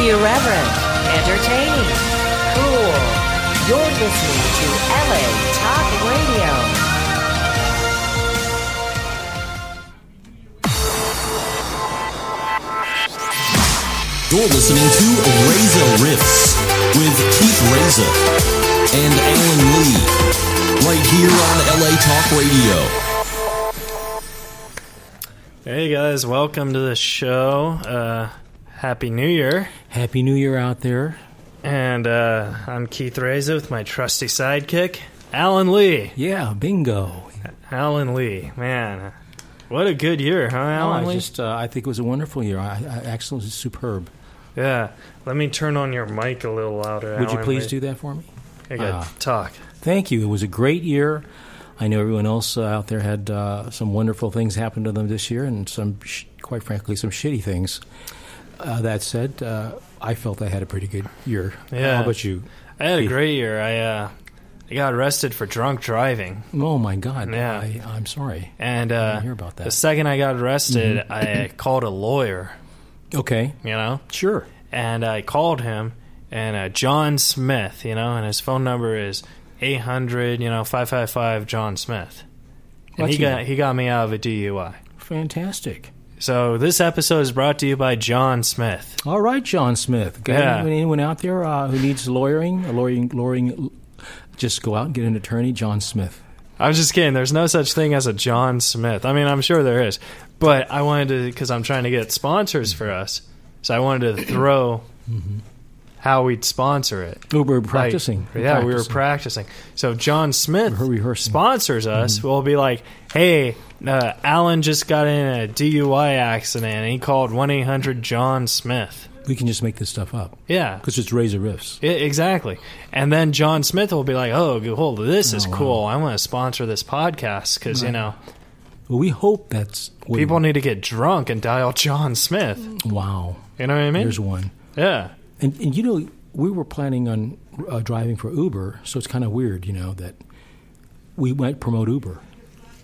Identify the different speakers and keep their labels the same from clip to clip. Speaker 1: Irreverent, entertaining, cool. You're listening to LA Talk Radio.
Speaker 2: You're listening to Razor Riffs with Keith Razor and Alan Lee, right here on LA Talk Radio.
Speaker 3: Hey guys, welcome to the show. Uh, Happy New Year.
Speaker 4: Happy New Year out there.
Speaker 3: And uh, I'm Keith Reza with my trusty sidekick, Alan Lee.
Speaker 4: Yeah, bingo.
Speaker 3: Alan Lee, man. What a good year, huh, Alan
Speaker 4: I
Speaker 3: Lee?
Speaker 4: just, uh, I think it was a wonderful year. I, I, excellent, it's superb.
Speaker 3: Yeah. Let me turn on your mic a little louder.
Speaker 4: Would you please do that for me?
Speaker 3: do? I got
Speaker 4: Ah.
Speaker 3: to talk.
Speaker 4: Thank you. It was a great year. I know everyone else uh, out there had uh, some wonderful things happen to them this year, and some, sh- quite frankly, some shitty things. Uh, that said, uh, I felt I had a pretty good year.
Speaker 3: Yeah.
Speaker 4: How about you?
Speaker 3: I had a
Speaker 4: Yeah.
Speaker 3: great year. I uh, I got arrested for drunk driving,
Speaker 4: Oh my God!
Speaker 3: Yeah.
Speaker 4: I, I'm sorry.
Speaker 3: and uh,
Speaker 4: didn't hear about that. Mm-hmm.
Speaker 3: the second I got arrested, I called a lawyer.
Speaker 4: Okay.
Speaker 3: You know,
Speaker 4: Sure.
Speaker 3: and I called him and uh, John Smith, you know, and his phone number is 800, you know, 555 John Smith. And he
Speaker 4: Lucky.
Speaker 3: got, he got me out of a DUI.
Speaker 4: Fantastic.
Speaker 3: So this episode is brought to you by John Smith.
Speaker 4: All right, John Smith. Got
Speaker 3: Yeah.
Speaker 4: anyone, anyone out there uh, who needs lawyering, a lawyering, lawyering, just go out and get an attorney, John Smith.
Speaker 3: I'm just kidding. There's no such thing as a John Smith. I mean, I'm sure there is, but I wanted to because I'm trying to get sponsors for us. So I wanted to throw Mm-hmm. how we'd sponsor it.
Speaker 4: We were
Speaker 3: Like,
Speaker 4: practicing.
Speaker 3: yeah, we were practicing. So John Smith
Speaker 4: We're rehearsing. Mm-hmm.
Speaker 3: sponsors us. We'll be like, hey, uh, Alan just got in a DUI accident. And he called one eight hundred John Smith.
Speaker 4: we can just make this stuff up
Speaker 3: Yeah.
Speaker 4: because it's razor riffs.
Speaker 3: I- exactly. And then John Smith will be like, oh, well, this is
Speaker 4: Oh, wow.
Speaker 3: cool. I want to sponsor this podcast because, you know,
Speaker 4: Well, we hope that's what
Speaker 3: people need to get drunk and dial John Smith.
Speaker 4: Wow,
Speaker 3: You know what I mean?
Speaker 4: there's one.
Speaker 3: yeah.
Speaker 4: And, and you know, we were planning on uh, driving for Uber, so it's kind of weird, you know, that we might promote Uber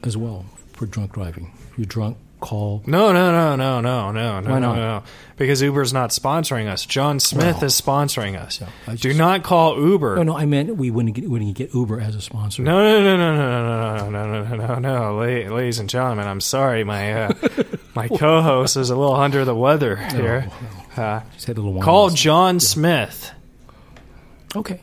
Speaker 4: as well for drunk driving. You're drunk, call.
Speaker 3: No, no, no, no, no, no, no,
Speaker 4: Why
Speaker 3: no,
Speaker 4: not?
Speaker 3: no. Because Uber's not sponsoring us. John Smith
Speaker 4: Well,
Speaker 3: is sponsoring us.
Speaker 4: I
Speaker 3: Do
Speaker 4: just-
Speaker 3: not call Uber.
Speaker 4: No, no, I meant we wouldn't get, wouldn't get Uber as a sponsor.
Speaker 3: No, no, no, no, no, no, no, no, no, no, no, no, La- ladies and gentlemen. I'm sorry, my uh, my co-host is a little under the weather
Speaker 4: Oh,
Speaker 3: here. Uh,
Speaker 4: Just had a little wine
Speaker 3: call
Speaker 4: list.
Speaker 3: John Smith.
Speaker 4: Okay.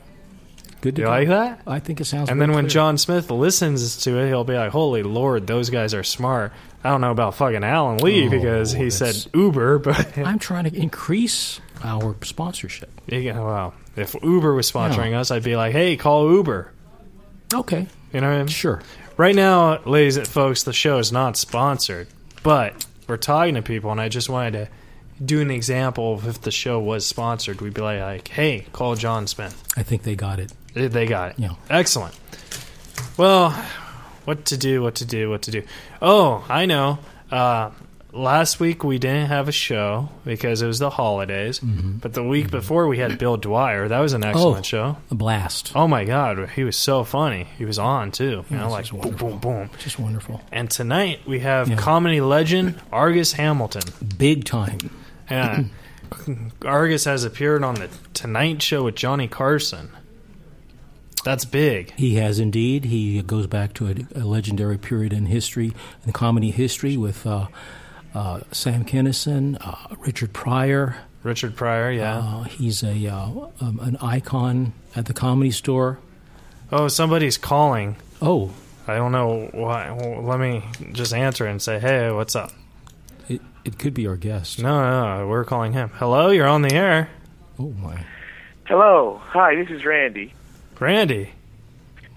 Speaker 4: Good to
Speaker 3: You
Speaker 4: go.
Speaker 3: like that?
Speaker 4: I think it sounds.
Speaker 3: And
Speaker 4: very
Speaker 3: then when
Speaker 4: clear.
Speaker 3: John Smith listens to it, he'll be like, "Holy Lord, those guys are smart." I don't know about fucking Alan Lee
Speaker 4: Oh,
Speaker 3: because he said
Speaker 4: that's-
Speaker 3: Uber, but
Speaker 4: I'm trying to increase our sponsorship.
Speaker 3: yeah, well, oh, if Uber was sponsoring us, I'd be like, "Hey, call Uber."
Speaker 4: Okay,
Speaker 3: You know what I mean?
Speaker 4: Hmm? sure.
Speaker 3: Right now, ladies and folks, the show is not sponsored, but we're talking to people, and I just wanted to do an example of if the show was sponsored, we'd be like, like, hey, call John Smith.
Speaker 4: I think they got it.
Speaker 3: They- They got it.
Speaker 4: Yeah.
Speaker 3: Excellent. Well, what to do, what to do, what to do. Oh, I know. Uh, last week we didn't have a show because it was the holidays,
Speaker 4: Mm-hmm.
Speaker 3: but the week before we had Bill Dwyer. That was an
Speaker 4: Oh.
Speaker 3: excellent show.
Speaker 4: A blast.
Speaker 3: Oh my God, he was so funny. He was on too. You
Speaker 4: Yeah,
Speaker 3: know,
Speaker 4: this
Speaker 3: like
Speaker 4: is
Speaker 3: boom,
Speaker 4: wonderful.
Speaker 3: boom, boom.
Speaker 4: Just wonderful.
Speaker 3: And tonight we have
Speaker 4: Yeah.
Speaker 3: comedy legend Argus Hamilton.
Speaker 4: Big time.
Speaker 3: Yeah. Argus has appeared on the Tonight Show with Johnny Carson. That's big.
Speaker 4: He has indeed. He goes back to a, a legendary period in history, in comedy history, with uh, uh, Sam Kinison, uh, Richard Pryor.
Speaker 3: Richard Pryor, yeah.
Speaker 4: Uh, he's a uh, um, an icon at the comedy store.
Speaker 3: oh, somebody's calling.
Speaker 4: Oh,
Speaker 3: I don't know why. Well, let me just answer and say, "Hey, what's up?"
Speaker 4: it, it could be our guest.
Speaker 3: No, no, no, we're calling him. Hello, you're on the air,
Speaker 4: Oh my.
Speaker 5: Hello. Hi, this is Randy.
Speaker 3: Randy.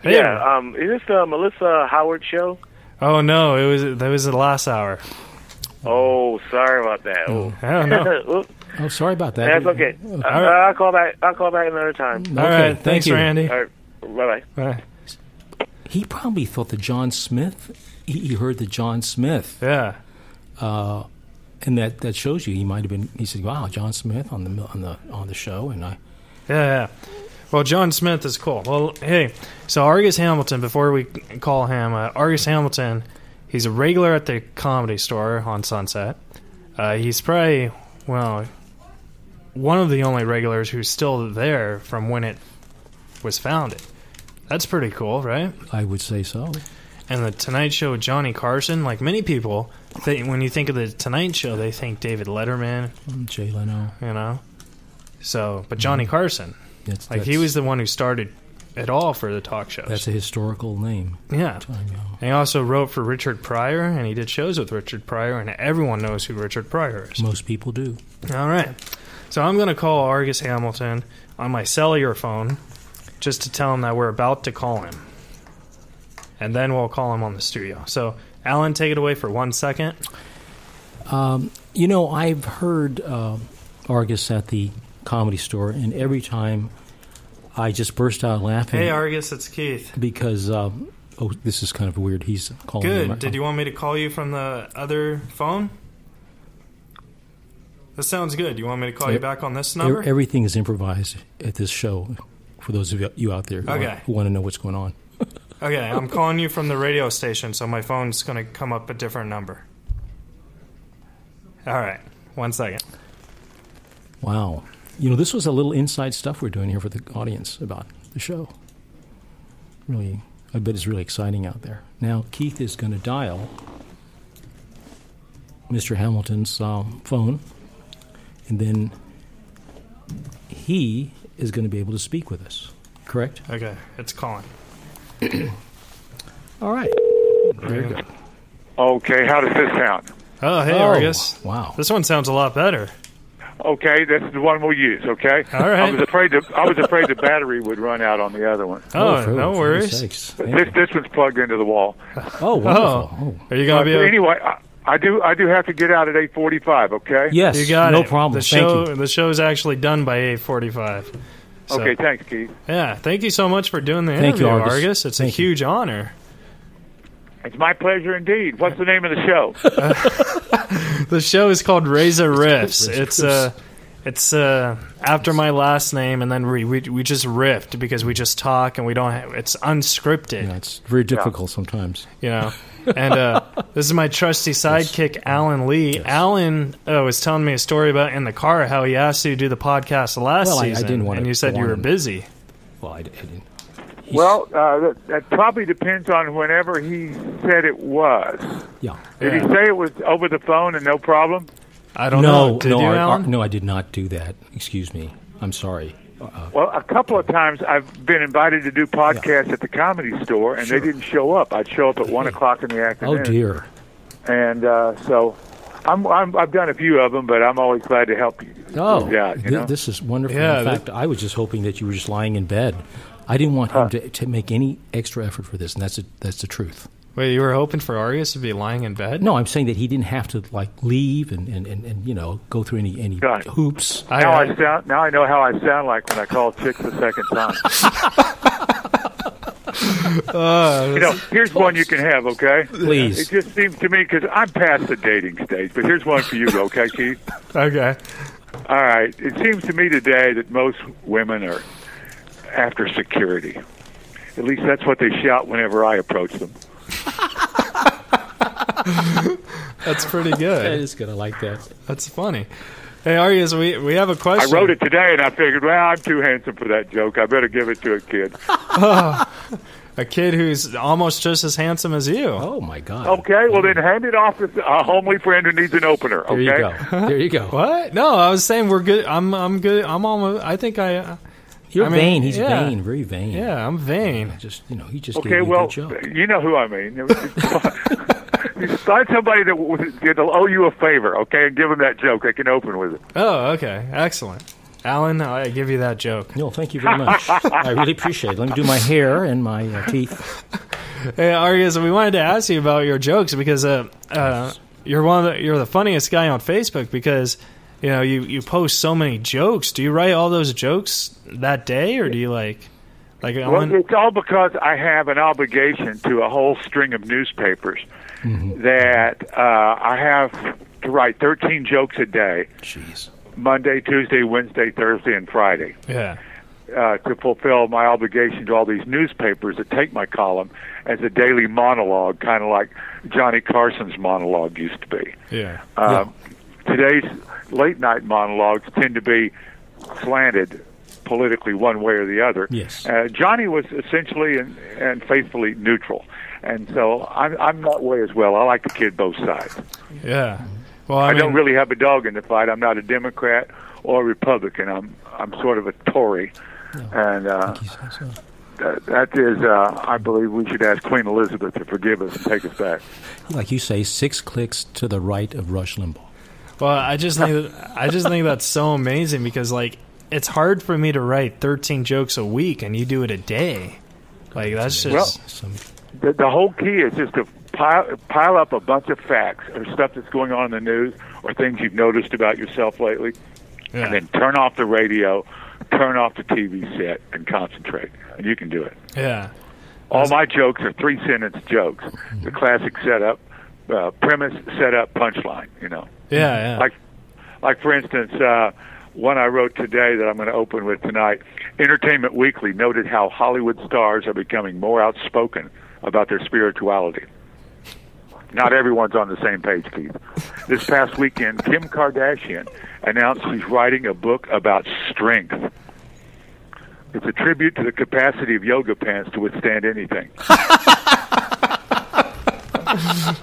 Speaker 3: Hey.
Speaker 5: Yeah, um, is this the Melissa Howard show?
Speaker 3: Oh no, it was that was the last hour.
Speaker 5: Oh, sorry about that. Oh.
Speaker 3: I don't know.
Speaker 5: Oop,
Speaker 4: Oh, sorry about that.
Speaker 5: That's okay. Uh, I'll call back. I'll call back another time.
Speaker 3: All
Speaker 4: Okay,
Speaker 3: right,
Speaker 4: thank
Speaker 3: thanks,
Speaker 4: you.
Speaker 3: Randy.
Speaker 5: All right. Bye bye.
Speaker 3: Bye.
Speaker 4: He probably thought that John Smith. He, he heard the John Smith,
Speaker 3: Yeah.
Speaker 4: uh, and that, that shows you he might have been. He said, "Wow, John Smith on the on the on the show," and I
Speaker 3: Yeah, yeah. Well, John Smith is cool. Well, hey, so Argus Hamilton, before we call him, uh, Argus Hamilton, he's a regular at the comedy store on Sunset. Uh, he's probably, well, one of the only regulars who's still there from when it was founded. That's pretty cool, right?
Speaker 4: I would say so.
Speaker 3: And the Tonight Show with Johnny Carson, like many people, they, when you think of the Tonight Show, they think David Letterman,
Speaker 4: Mm, Jay Leno.
Speaker 3: you know. So, but Johnny Carson,
Speaker 4: That's,
Speaker 3: like he
Speaker 4: that's-
Speaker 3: was the one who started it all for the talk shows.
Speaker 4: That's a historical name.
Speaker 3: yeah.
Speaker 4: I know.
Speaker 3: And he also wrote for Richard Pryor, and he did shows with Richard Pryor, and everyone knows who Richard Pryor is.
Speaker 4: Most people do.
Speaker 3: All right. So I'm going to call Argus Hamilton on my cellular phone just to tell him that we're about to call him. And then we'll call him on the studio. So, Alan, take it away for one second.
Speaker 4: You know, I've heard uh, Argus at the comedy store, and every time I just burst out laughing
Speaker 3: Hey, Argus, it's Keith.
Speaker 4: because, um, oh, this is kind of weird. He's calling me my-
Speaker 3: Good. Did you want me to call you from the other phone? That sounds good. You want me to call you
Speaker 4: Yep.
Speaker 3: back on this
Speaker 4: E-
Speaker 3: number?
Speaker 4: Everything is improvised at this show for those of you out there who,
Speaker 3: Okay.
Speaker 4: want, who want to know what's going on.
Speaker 3: Okay, I'm calling you from the radio station, so my phone's going to come up a different number. All right. One second.
Speaker 4: Wow. You know, this was a little inside stuff we're doing here for the audience about the show. Really, I bet it's really exciting out there. Now, Keith is going to dial Mr. Hamilton's um, phone, and then he is going to be able to speak with us, correct?
Speaker 3: Okay, it's calling.
Speaker 4: All right. Very good.
Speaker 6: Okay, how does this sound?
Speaker 3: Oh, hey,
Speaker 4: Oh,
Speaker 3: Argus.
Speaker 4: wow.
Speaker 3: This one sounds a lot better.
Speaker 6: Okay, that's the one we'll use. Okay.
Speaker 3: All right.
Speaker 6: I was afraid the I was afraid the battery would run out on the other one.
Speaker 3: Oh,
Speaker 4: for-
Speaker 3: no
Speaker 4: for
Speaker 3: worries.
Speaker 4: sakes.
Speaker 6: This this one's plugged into the wall.
Speaker 4: Oh,
Speaker 3: Oh,
Speaker 4: wonderful. Oh.
Speaker 3: are you
Speaker 6: Uh,
Speaker 3: going to be able
Speaker 6: anyway, I, I do I do have to get out at eight forty five. Okay.
Speaker 4: Yes,
Speaker 3: You got
Speaker 4: no
Speaker 3: it.
Speaker 4: problem.
Speaker 3: The
Speaker 4: Thank
Speaker 3: show,
Speaker 4: you.
Speaker 3: the show's actually done by 845. So,
Speaker 6: Okay. Thanks, Keith.
Speaker 3: Yeah, thank you so much for doing the
Speaker 4: Thank you,
Speaker 3: interview,
Speaker 4: Argus.
Speaker 3: It's a
Speaker 4: Thank you.
Speaker 3: huge honor.
Speaker 6: It's my pleasure indeed. What's the name of the show?
Speaker 3: The show is called Razor Riffs.
Speaker 4: Razor
Speaker 3: It's uh, it's uh, after my last name, and then we, we we just riffed because we just talk and we don't. Have, it's unscripted.
Speaker 4: Yeah, it's very difficult sometimes.
Speaker 3: you know. And uh, this is my trusty sidekick, Alan Lee. Alan uh, was telling me a story about in the car how he asked you to do the podcast last
Speaker 4: Well, I- I
Speaker 3: season,
Speaker 4: didn't wanna
Speaker 3: and you said you
Speaker 4: warn
Speaker 3: were
Speaker 4: him.
Speaker 3: busy.
Speaker 4: Well, I, I didn't.
Speaker 6: well, uh, that, that probably depends on whenever he said it was.
Speaker 4: Yeah.
Speaker 6: Did
Speaker 3: Yeah.
Speaker 6: he say it was over the phone and no problem?
Speaker 3: I don't
Speaker 4: no,
Speaker 3: know. Did
Speaker 4: no,
Speaker 3: you,
Speaker 4: I,
Speaker 3: Alan?
Speaker 4: I- no, I did not do that. Excuse me. I'm sorry.
Speaker 6: Well, a couple of times I've been invited to do podcasts at the comedy store, and they didn't show up. I'd show up at one o'clock in the
Speaker 4: Oh
Speaker 6: afternoon.
Speaker 4: dear.
Speaker 6: and uh, so I'm, I'm I've done a few of them, but I'm always glad to help you.
Speaker 4: Oh,
Speaker 6: yeah,
Speaker 4: thi-
Speaker 6: you know?
Speaker 4: this is wonderful.
Speaker 3: Yeah,
Speaker 4: in fact, I was just hoping that you were just lying in bed. I didn't want him to, to make any extra effort for this, and that's a, that's the truth.
Speaker 3: Wait, you were hoping for Argus to be lying in bed?
Speaker 4: No, I'm saying that he didn't have to like leave and, and, and, and you know go through any any
Speaker 6: Right.
Speaker 4: hoops.
Speaker 3: I,
Speaker 6: now
Speaker 3: I-
Speaker 6: I sound now I know how I sound like when I call chicks the second time. you know, here's one you can have, okay?
Speaker 4: Please.
Speaker 6: It just seems to me because I'm past the dating stage, but here's one for you, okay, Keith?
Speaker 3: okay.
Speaker 6: All right. It seems to me today that most women are after security. At least that's what they shout whenever I approach them.
Speaker 3: That's pretty
Speaker 4: That
Speaker 3: good.
Speaker 4: is good. I like that.
Speaker 3: That's funny. Hey, Argus, we, we have a
Speaker 6: I
Speaker 3: question.
Speaker 6: wrote it today, and I figured, well, I'm too handsome for that joke. I better give it to a kid.
Speaker 3: A kid who's almost just as handsome as you.
Speaker 4: Oh my God.
Speaker 6: Okay, well then hand it off to a homely friend who needs an opener.
Speaker 4: There
Speaker 6: Okay.
Speaker 4: you go. There you go.
Speaker 3: What? No, I was saying we're good. I'm I'm good. I'm almost. I think I.
Speaker 4: You're
Speaker 3: I mean,
Speaker 4: vain. He's
Speaker 3: yeah.
Speaker 4: vain. Very vain.
Speaker 3: Yeah, I'm vain.
Speaker 4: Just you know, he just
Speaker 6: Okay,
Speaker 4: gave me a
Speaker 6: well,
Speaker 4: good job.
Speaker 6: you know who I mean. You Find somebody that will- that'll owe you a favor, okay, and give them that joke. They can open with it.
Speaker 3: Oh, okay, excellent. Alan, I give you that joke.
Speaker 4: No, thank you very much. I really appreciate it. Let me do my hair and my uh, teeth.
Speaker 3: Hey, Argus, we wanted to ask you about your jokes because uh, uh, you're one of the, you're the funniest guy on Facebook because you know you, you post so many jokes. Do you write all those jokes that day, or do you like like
Speaker 6: Well,
Speaker 3: Alan?
Speaker 6: it's all because I have an obligation to a whole string of newspapers
Speaker 4: Mm-hmm.
Speaker 6: that uh, I have to write 13 jokes a day,
Speaker 4: Jeez.
Speaker 6: Monday, Tuesday, Wednesday, Thursday, and Friday.
Speaker 3: Yeah,
Speaker 6: uh, to fulfill my obligation to all these newspapers that take my column as a daily monologue, kind of like Johnny Carson's monologue used to be.
Speaker 3: yeah.
Speaker 6: Um, today's late night monologues tend to be slanted politically one way or the other.
Speaker 4: Yes.
Speaker 6: Uh, Johnny was essentially and, and faithfully neutral. And so I'm, I'm that way as well. I like to kid both sides.
Speaker 3: Yeah. Well, I,
Speaker 6: I,
Speaker 3: mean,
Speaker 6: don't really have a dog in the fight. I'm not a Democrat or Republican. I'm I'm sort of a Tory, and uh,
Speaker 4: He says, uh,
Speaker 6: that, that is uh, I believe we should ask Queen Elizabeth to forgive us and take us back.
Speaker 4: like you say, six clicks to the right of Rush Limbaugh.
Speaker 3: Well, I just think that, I just think that's so amazing because like it's hard for me to write 13 jokes a week and you do it a day. Like that's just
Speaker 6: Well-
Speaker 4: Some,
Speaker 6: The, the whole key is just to pile, pile up a bunch of facts or stuff that's going on in the news or things you've noticed about yourself lately,
Speaker 3: yeah.
Speaker 6: and then turn off the radio, turn off the TV set, and concentrate. And you can do it.
Speaker 3: yeah.
Speaker 6: All my jokes are three sentence jokes. The classic setup, uh, premise, setup, punchline. You know.
Speaker 3: Yeah, yeah.
Speaker 6: like like for instance uh one I wrote today that I'm going to open with tonight. Entertainment Weekly noted how Hollywood stars are becoming more outspoken about their spirituality. Not everyone's on the same page, Keith. This past weekend, Kim Kardashian announced she's writing a book about strength. It's a tribute to the capacity of yoga pants to withstand anything.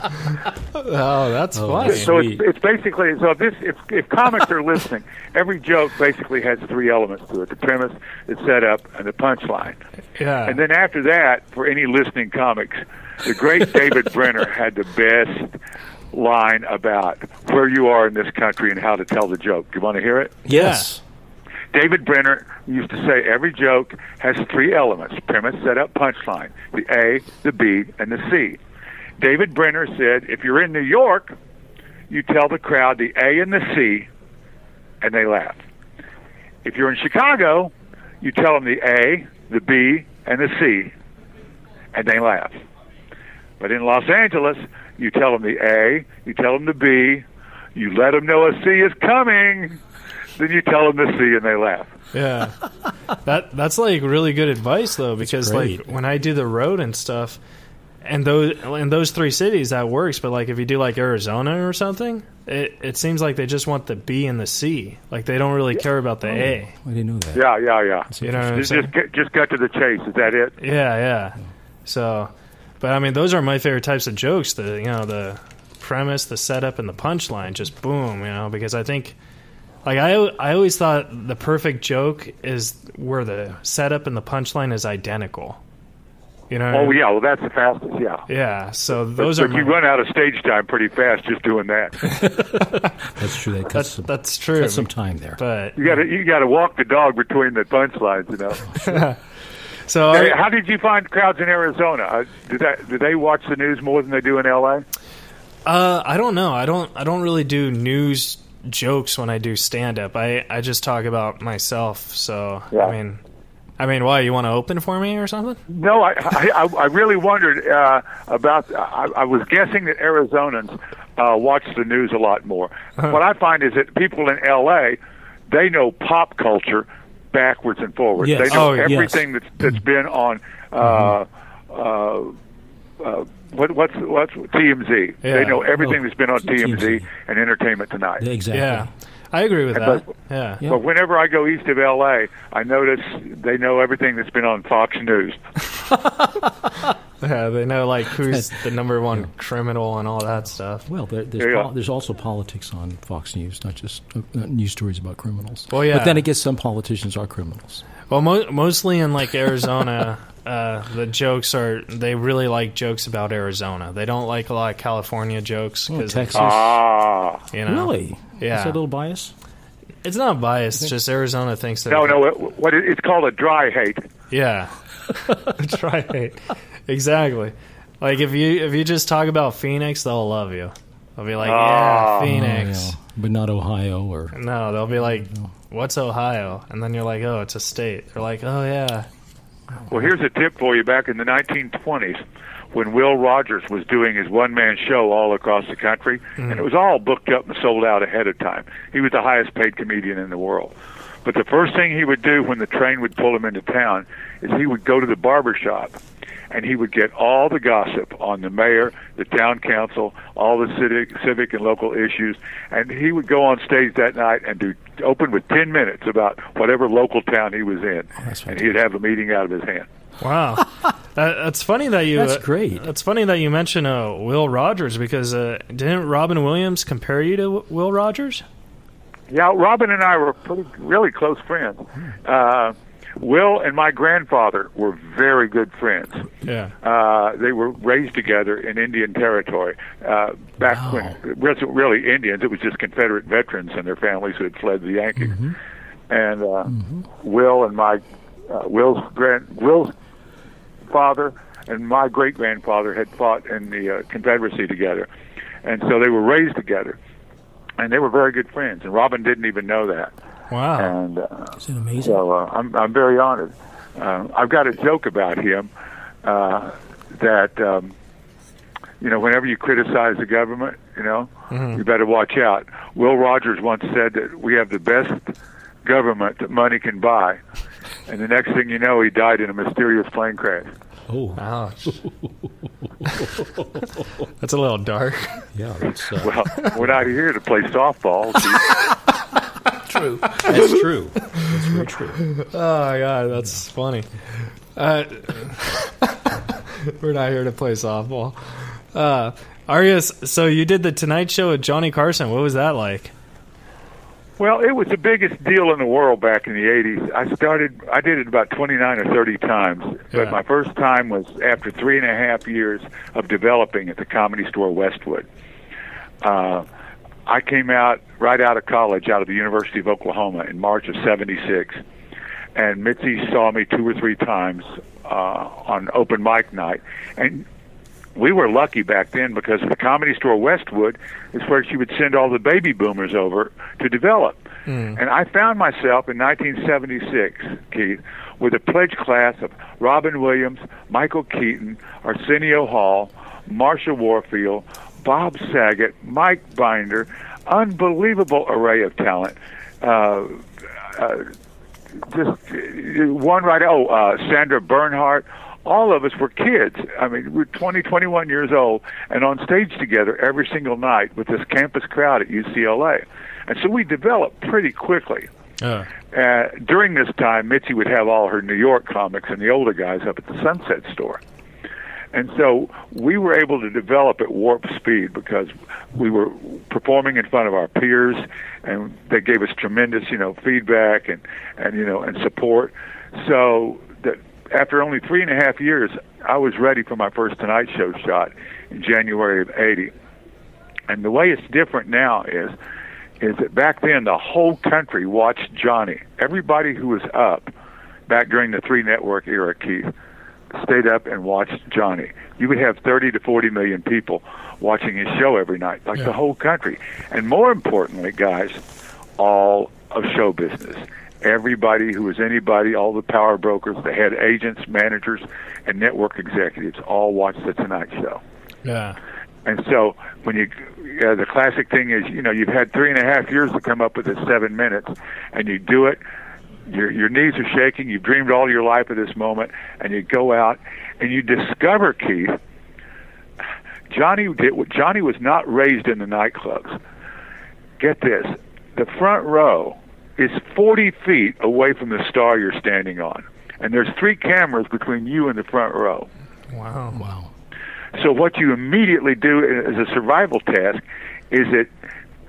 Speaker 3: oh, that's funny.
Speaker 6: So it's,
Speaker 4: Sweet.
Speaker 6: it's basically so if this if, if comics are listening, every joke basically has three elements to it: the premise, the setup, and the punchline.
Speaker 3: yeah.
Speaker 6: And then after that, for any listening comics, the great David Brenner had the best line about where you are in this country and how to tell the joke. You want to hear it?
Speaker 4: yes.
Speaker 6: David Brenner used to say every joke has three elements premise, setup, punchline the A, the B, and the C. David Brenner said if you're in New York, you tell the crowd the A and the C, and they laugh. If you're in Chicago, you tell them the A, the B, and the C, and they laugh. But in Los Angeles, you tell them the A, you tell them the B, you let them know a C is coming, then you tell them the C, and they laugh.
Speaker 3: yeah. That that's like really good advice though because like
Speaker 4: great.
Speaker 3: when I do the road and stuff and those in those three cities that works but like if you do like Arizona or something it it seems like they just want the B and the C. Like they don't really care about the
Speaker 6: Oh.
Speaker 3: A.
Speaker 4: I didn't know that.
Speaker 6: Yeah, yeah, yeah.
Speaker 3: You know what I'm
Speaker 6: Just,
Speaker 3: saying?
Speaker 6: just get- just cut to the chase. Is that it?
Speaker 3: Yeah, yeah. So, but I mean, those are my favorite types of jokes. The you know the premise, the setup, and the punchline. Just boom, you know. Because I think, like I I always thought the perfect joke is where the setup and the punchline is identical. You know? what I
Speaker 6: Oh
Speaker 3: mean?
Speaker 6: yeah, well that's the fastest. Yeah.
Speaker 3: Yeah. So those
Speaker 6: but
Speaker 3: are
Speaker 6: you
Speaker 3: my-
Speaker 6: run out of stage time pretty fast just doing that.
Speaker 4: That's true. That cuts
Speaker 3: that's
Speaker 4: some,
Speaker 3: that's true.
Speaker 4: cuts some time there.
Speaker 3: but
Speaker 6: You got to you got to walk the dog between the punchlines. You know.
Speaker 3: so
Speaker 6: Hey, how did you find crowds in Arizona? Uh, did that do they watch the news more than they do in L.A.?
Speaker 3: Uh, I don't know. I don't. I don't really do news jokes when I do stand up. I, I just talk about myself. So I
Speaker 6: Yeah.
Speaker 3: mean, I mean, why you want to open for me or something?
Speaker 6: No, I I, I- I really wondered uh, about. I, I was guessing that Arizonans uh, watch the news a lot more. What I find is that people in L.A. they know pop culture backwards and forwards.
Speaker 4: Yes.
Speaker 6: They know
Speaker 3: Oh, yes.
Speaker 6: everything that's that's been on. Uh, uh, uh, what, what's what's TMZ?
Speaker 3: Yeah.
Speaker 6: They know everything
Speaker 4: Oh,
Speaker 6: that's been on TMZ,
Speaker 4: TMZ.
Speaker 6: and Entertainment Tonight.
Speaker 4: Exactly.
Speaker 3: Yeah, I agree with that.
Speaker 6: but-
Speaker 3: Yeah,
Speaker 4: Yeah.
Speaker 6: But whenever I go east of LA, I notice they know everything that's been on Fox News.
Speaker 3: yeah. They know like who's the number one criminal and all that stuff.
Speaker 4: Well, there, there's,
Speaker 6: There you
Speaker 4: pol-
Speaker 6: go.
Speaker 4: there's also politics on Fox News, not just uh, not news stories about criminals.
Speaker 3: Well, yeah.
Speaker 4: But then I guess some politicians are criminals.
Speaker 3: Well, mo- mostly in like Arizona, uh, the jokes are they really like jokes about Arizona. They don't like a lot of California jokes
Speaker 4: Oh,
Speaker 3: 'cause,
Speaker 4: Texas.
Speaker 6: Ah.
Speaker 3: you know,
Speaker 4: really?
Speaker 3: Yeah.
Speaker 4: Is that a little bias?
Speaker 3: it's not biased. Just Arizona thinks that
Speaker 6: No, no, it, what it, it's called a dry hate.
Speaker 3: Yeah. That's right. Exactly. Like if you if you just talk about Phoenix, they'll love you. They'll be like, Yeah,
Speaker 6: Oh.
Speaker 3: Phoenix.
Speaker 4: Oh, yeah. But not Ohio or.
Speaker 3: No, they'll be like, What's Ohio? And then you're like, Oh, it's a state. They're like, Oh yeah.
Speaker 6: Well, here's a tip for you. Back in the 1920s, when Will Rogers was doing his one man show all across the country, and it was all booked up and sold out ahead of time, he was the highest paid comedian in the world. But the first thing he would do when the train would pull him into town is he would go to the barber shop and he would get all the gossip on the mayor, the town council, all the civic, civic and local issues, and he would go on stage that night and do open with ten minutes about whatever local town he was in,
Speaker 4: that's
Speaker 6: and he'd have a meeting out of his hand.
Speaker 3: Wow, that, that's funny that you.
Speaker 4: That's great.
Speaker 3: That's funny that you mention uh, Will Rogers because uh, didn't Robin Williams compare you to W- Will Rogers?
Speaker 6: Yeah, Robin and I were pretty, really close friends. Uh, Will and my grandfather were very good friends.
Speaker 3: Yeah.
Speaker 6: Uh, they were raised together in Indian territory uh, back when it wasn't really Indians; it was just Confederate veterans and their families who had fled the Yankees. And uh, Will and my uh, Will's grand Will's father and my great grandfather had fought in the uh, Confederacy together, and so they were raised together, and they were very good friends. And Robin didn't even know that.
Speaker 3: Wow.
Speaker 6: And uh,
Speaker 4: Isn't it amazing?
Speaker 6: so uh, I'm I'm very honored. Uh, I've got a joke about him uh, that um, you know whenever you criticize the government, you know you better watch out. Will Rogers once said that we have the best government that money can buy, and the next thing you know, he died in a mysterious plane crash.
Speaker 4: Oh,
Speaker 3: Ouch. that's a little dark.
Speaker 4: yeah. That's, uh,
Speaker 6: Well, we're not here to play softball.
Speaker 4: true. That's true. That's very true.
Speaker 3: Oh my god, that's funny. Uh, we're not here to play softball. Uh, Arias, so you did the Tonight Show with Johnny Carson. What was that like?
Speaker 6: Well, it was the biggest deal in the world back in the 80s. I started, I did it about 29 or 30 times,
Speaker 3: Yeah.
Speaker 6: but my first time was after three and a half years of developing at the Comedy Store Westwood. Uh, I came out right out of college, out of the University of Oklahoma in March of 76, and Mitzi saw me two or three times uh, on open mic night. And we were lucky back then because the comedy store Westwood is where she would send all the baby boomers over to develop. And I found myself in 1976, Keith, with a pledge class of Robin Williams, Michael Keaton, Arsenio Hall, Marsha Warfield, Bob Saget, Mike Binder, unbelievable array of talent. Uh, uh, just uh, one right oh uh, Sandra Bernhardt all of us were kids i mean we're 20 21 years old and on stage together every single night with this campus crowd at UCLA and so we developed pretty quickly
Speaker 3: Uh,
Speaker 6: uh, during this time, Mitzi would have all her New York comics and the older guys up at the Sunset Store. And so we were able to develop at warp speed because we were performing in front of our peers, and they gave us tremendous, you know, feedback and and you know and support. So that after only three and a half years, I was ready for my first Tonight Show shot in January of '80. And the way it's different now is is that back then the whole country watched Johnny. Everybody who was up back during the three network era, Keith, stayed up and watched Johnny. You would have 30 to 40 million people watching his show every night, like the whole country. And more importantly, guys, all of show business. Everybody who was anybody, all the power brokers, the head agents, managers, and network executives all watched The Tonight Show.
Speaker 3: yeah.
Speaker 6: And so when you, uh, the classic thing is, you know, you've had three and a half years to come up with this seven minutes, and you do it. Your your knees are shaking. You've dreamed all your life of this moment, and you go out and you discover Keith. Johnny did, Johnny was not raised in the nightclubs. Get this: the front row is 40 feet away from the star you're standing on, and there's three cameras between you and the front row.
Speaker 3: Wow.
Speaker 4: Wow.
Speaker 6: So what you immediately do as a survival task is that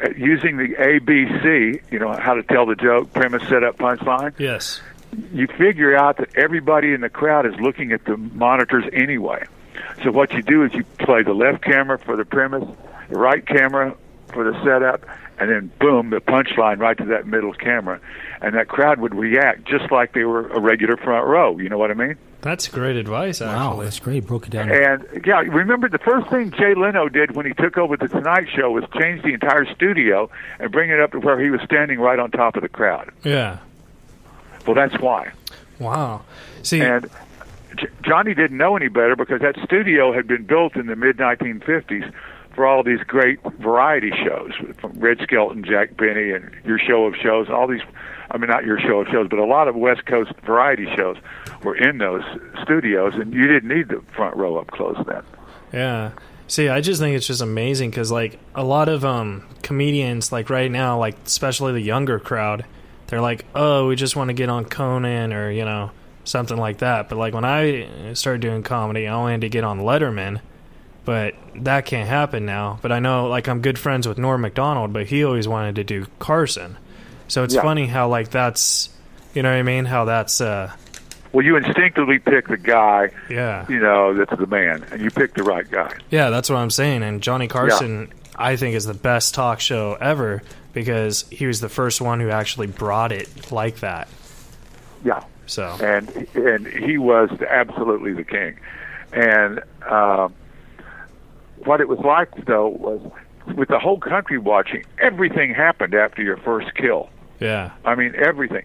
Speaker 6: uh, using the ABC, you know, how to tell the joke, premise, setup, punchline,
Speaker 3: Yes.
Speaker 6: you figure out that everybody in the crowd is looking at the monitors anyway. So what you do is you play the left camera for the premise, the right camera for the setup, and then boom, the punchline right to that middle camera. And that crowd would react just like they were a regular front row. You know what I mean?
Speaker 3: That's great advice,
Speaker 4: Wow,
Speaker 3: actually.
Speaker 4: that's great. Broke it down.
Speaker 6: And yeah, remember the first thing Jay Leno did when he took over the Tonight Show was change the entire studio and bring it up to where he was standing right on top of the crowd.
Speaker 3: Yeah.
Speaker 6: Well, that's why.
Speaker 3: Wow. See,
Speaker 6: And J- Johnny didn't know any better because that studio had been built in the mid 1950s for all these great variety shows from Red Skelton, Jack Benny, and your show of shows, and all these. I mean, not your show of shows, but a lot of West Coast variety shows were in those studios, and you didn't need the front row up close then.
Speaker 3: Yeah. See, I just think it's just amazing because like a lot of um comedians like right now, like especially the younger crowd, they're like, oh, we just want to get on Conan or you know something like that. But like when I started doing comedy, I only had to get on Letterman, but that can't happen now. But I know like I'm good friends with Norm Macdonald, but he always wanted to do Carson. So it's
Speaker 6: Yeah.
Speaker 3: funny how like that's you know what I mean how that's uh
Speaker 6: Well, you instinctively pick the guy,
Speaker 3: yeah
Speaker 6: you know, that's the man, and you pick the right guy.
Speaker 3: Yeah, that's what I'm saying. And Johnny Carson, I think, is the best talk show ever because he was the first one who actually brought it like that.
Speaker 6: Yeah.
Speaker 3: So
Speaker 6: and and he was absolutely the king. And um, what it was like though was with the whole country watching, everything happened after your first kill.
Speaker 3: yeah,
Speaker 6: I mean, everything.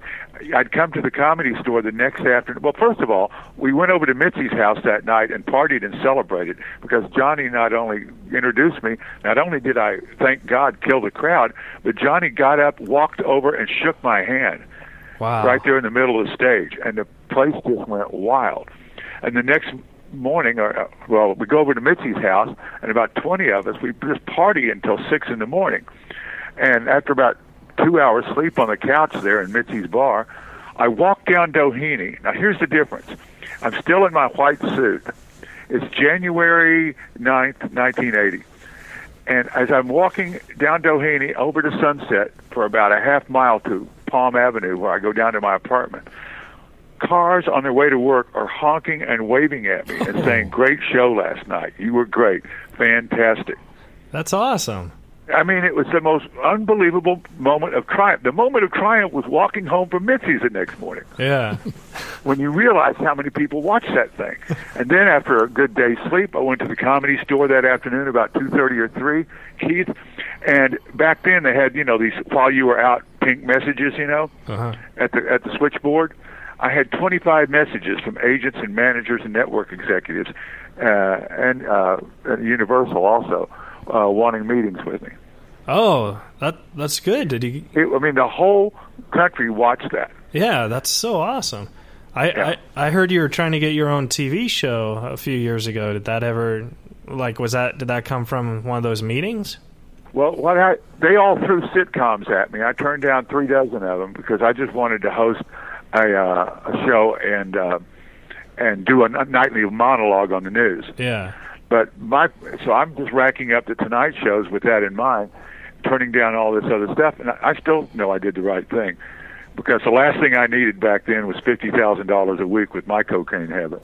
Speaker 6: I'd come to the comedy store the next afternoon. Well, first of all, we went over to Mitzi's house that night and partied and celebrated because Johnny not only introduced me, not only did I, thank God, kill the crowd, but Johnny got up, walked over, and shook my hand
Speaker 3: wow,
Speaker 6: right there in the middle of the stage, and the place just went wild. And the next morning, or uh, well, we go over to Mitzi's house, and about twenty of us, we just party until six in the morning. And after about two hours sleep on the couch there in Mitzi's bar, I walk down Doheny. Now here's the difference: I'm still in my white suit. It's January ninth, 1980. And as I'm walking down Doheny over to Sunset for about a half mile to Palm Avenue, where I go down to my apartment, cars on their way to work are honking and waving at me and saying, Great show last night. You were great. Fantastic.
Speaker 3: that's awesome.
Speaker 6: I mean, it was the most unbelievable moment of triumph. The moment of triumph was walking home from Mitzi's the next morning
Speaker 3: Yeah,
Speaker 6: when you realize how many people watch that thing. And then after a good day's sleep, I went to the comedy store that afternoon about 2:30 or 3, Keith, and back then they had, you know, these while you were out pink messages, you know,
Speaker 3: Uh-huh.
Speaker 6: at the at the switchboard. I had 25 messages from agents and managers and network executives uh, and uh, and Universal also uh, wanting meetings with me.
Speaker 3: oh, that that's good. Did you?
Speaker 6: It, I mean, the whole country watched that.
Speaker 3: Yeah, that's so awesome. I,
Speaker 6: Yeah.
Speaker 3: I I heard you were trying to get your own TV show a few years ago. Did that ever like was that did that come from one of those meetings?
Speaker 6: Well, what I, they all threw sitcoms at me. I turned down three dozen of them because I just wanted to host a, uh, a show and uh, and do a nightly monologue on the news.
Speaker 3: Yeah,
Speaker 6: But my so I'm just racking up the Tonight shows with that in mind, turning down all this other stuff, and I, I still know I did the right thing because the last thing I needed back then was fifty thousand dollars a week with my cocaine habit.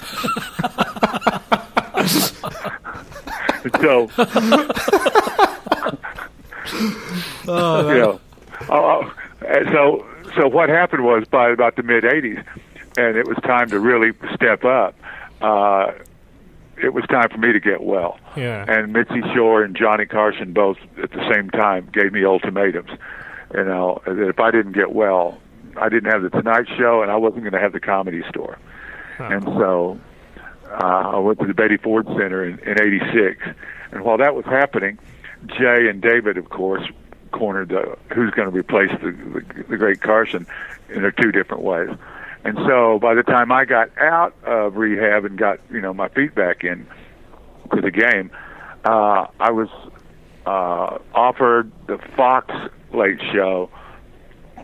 Speaker 6: so, you know, oh, oh, and so so what happened was by about the mid '80s, and it was time to really step up. Uh, it was time for me to get well.
Speaker 3: Yeah.
Speaker 6: And Mitzi Shore and Johnny Carson both at the same time gave me ultimatums. You know, that if I didn't get well, I didn't have the Tonight Show and I wasn't going to have the Comedy Store. And so uh, I went to the Betty Ford Center in, in 86. And while that was happening, Jay and David, of course, cornered the, who's going to replace the, the, the great Carson in their two different ways. And so by the time I got out of rehab and got, you know, my feet back in to the game, uh, I was uh, offered the Fox late show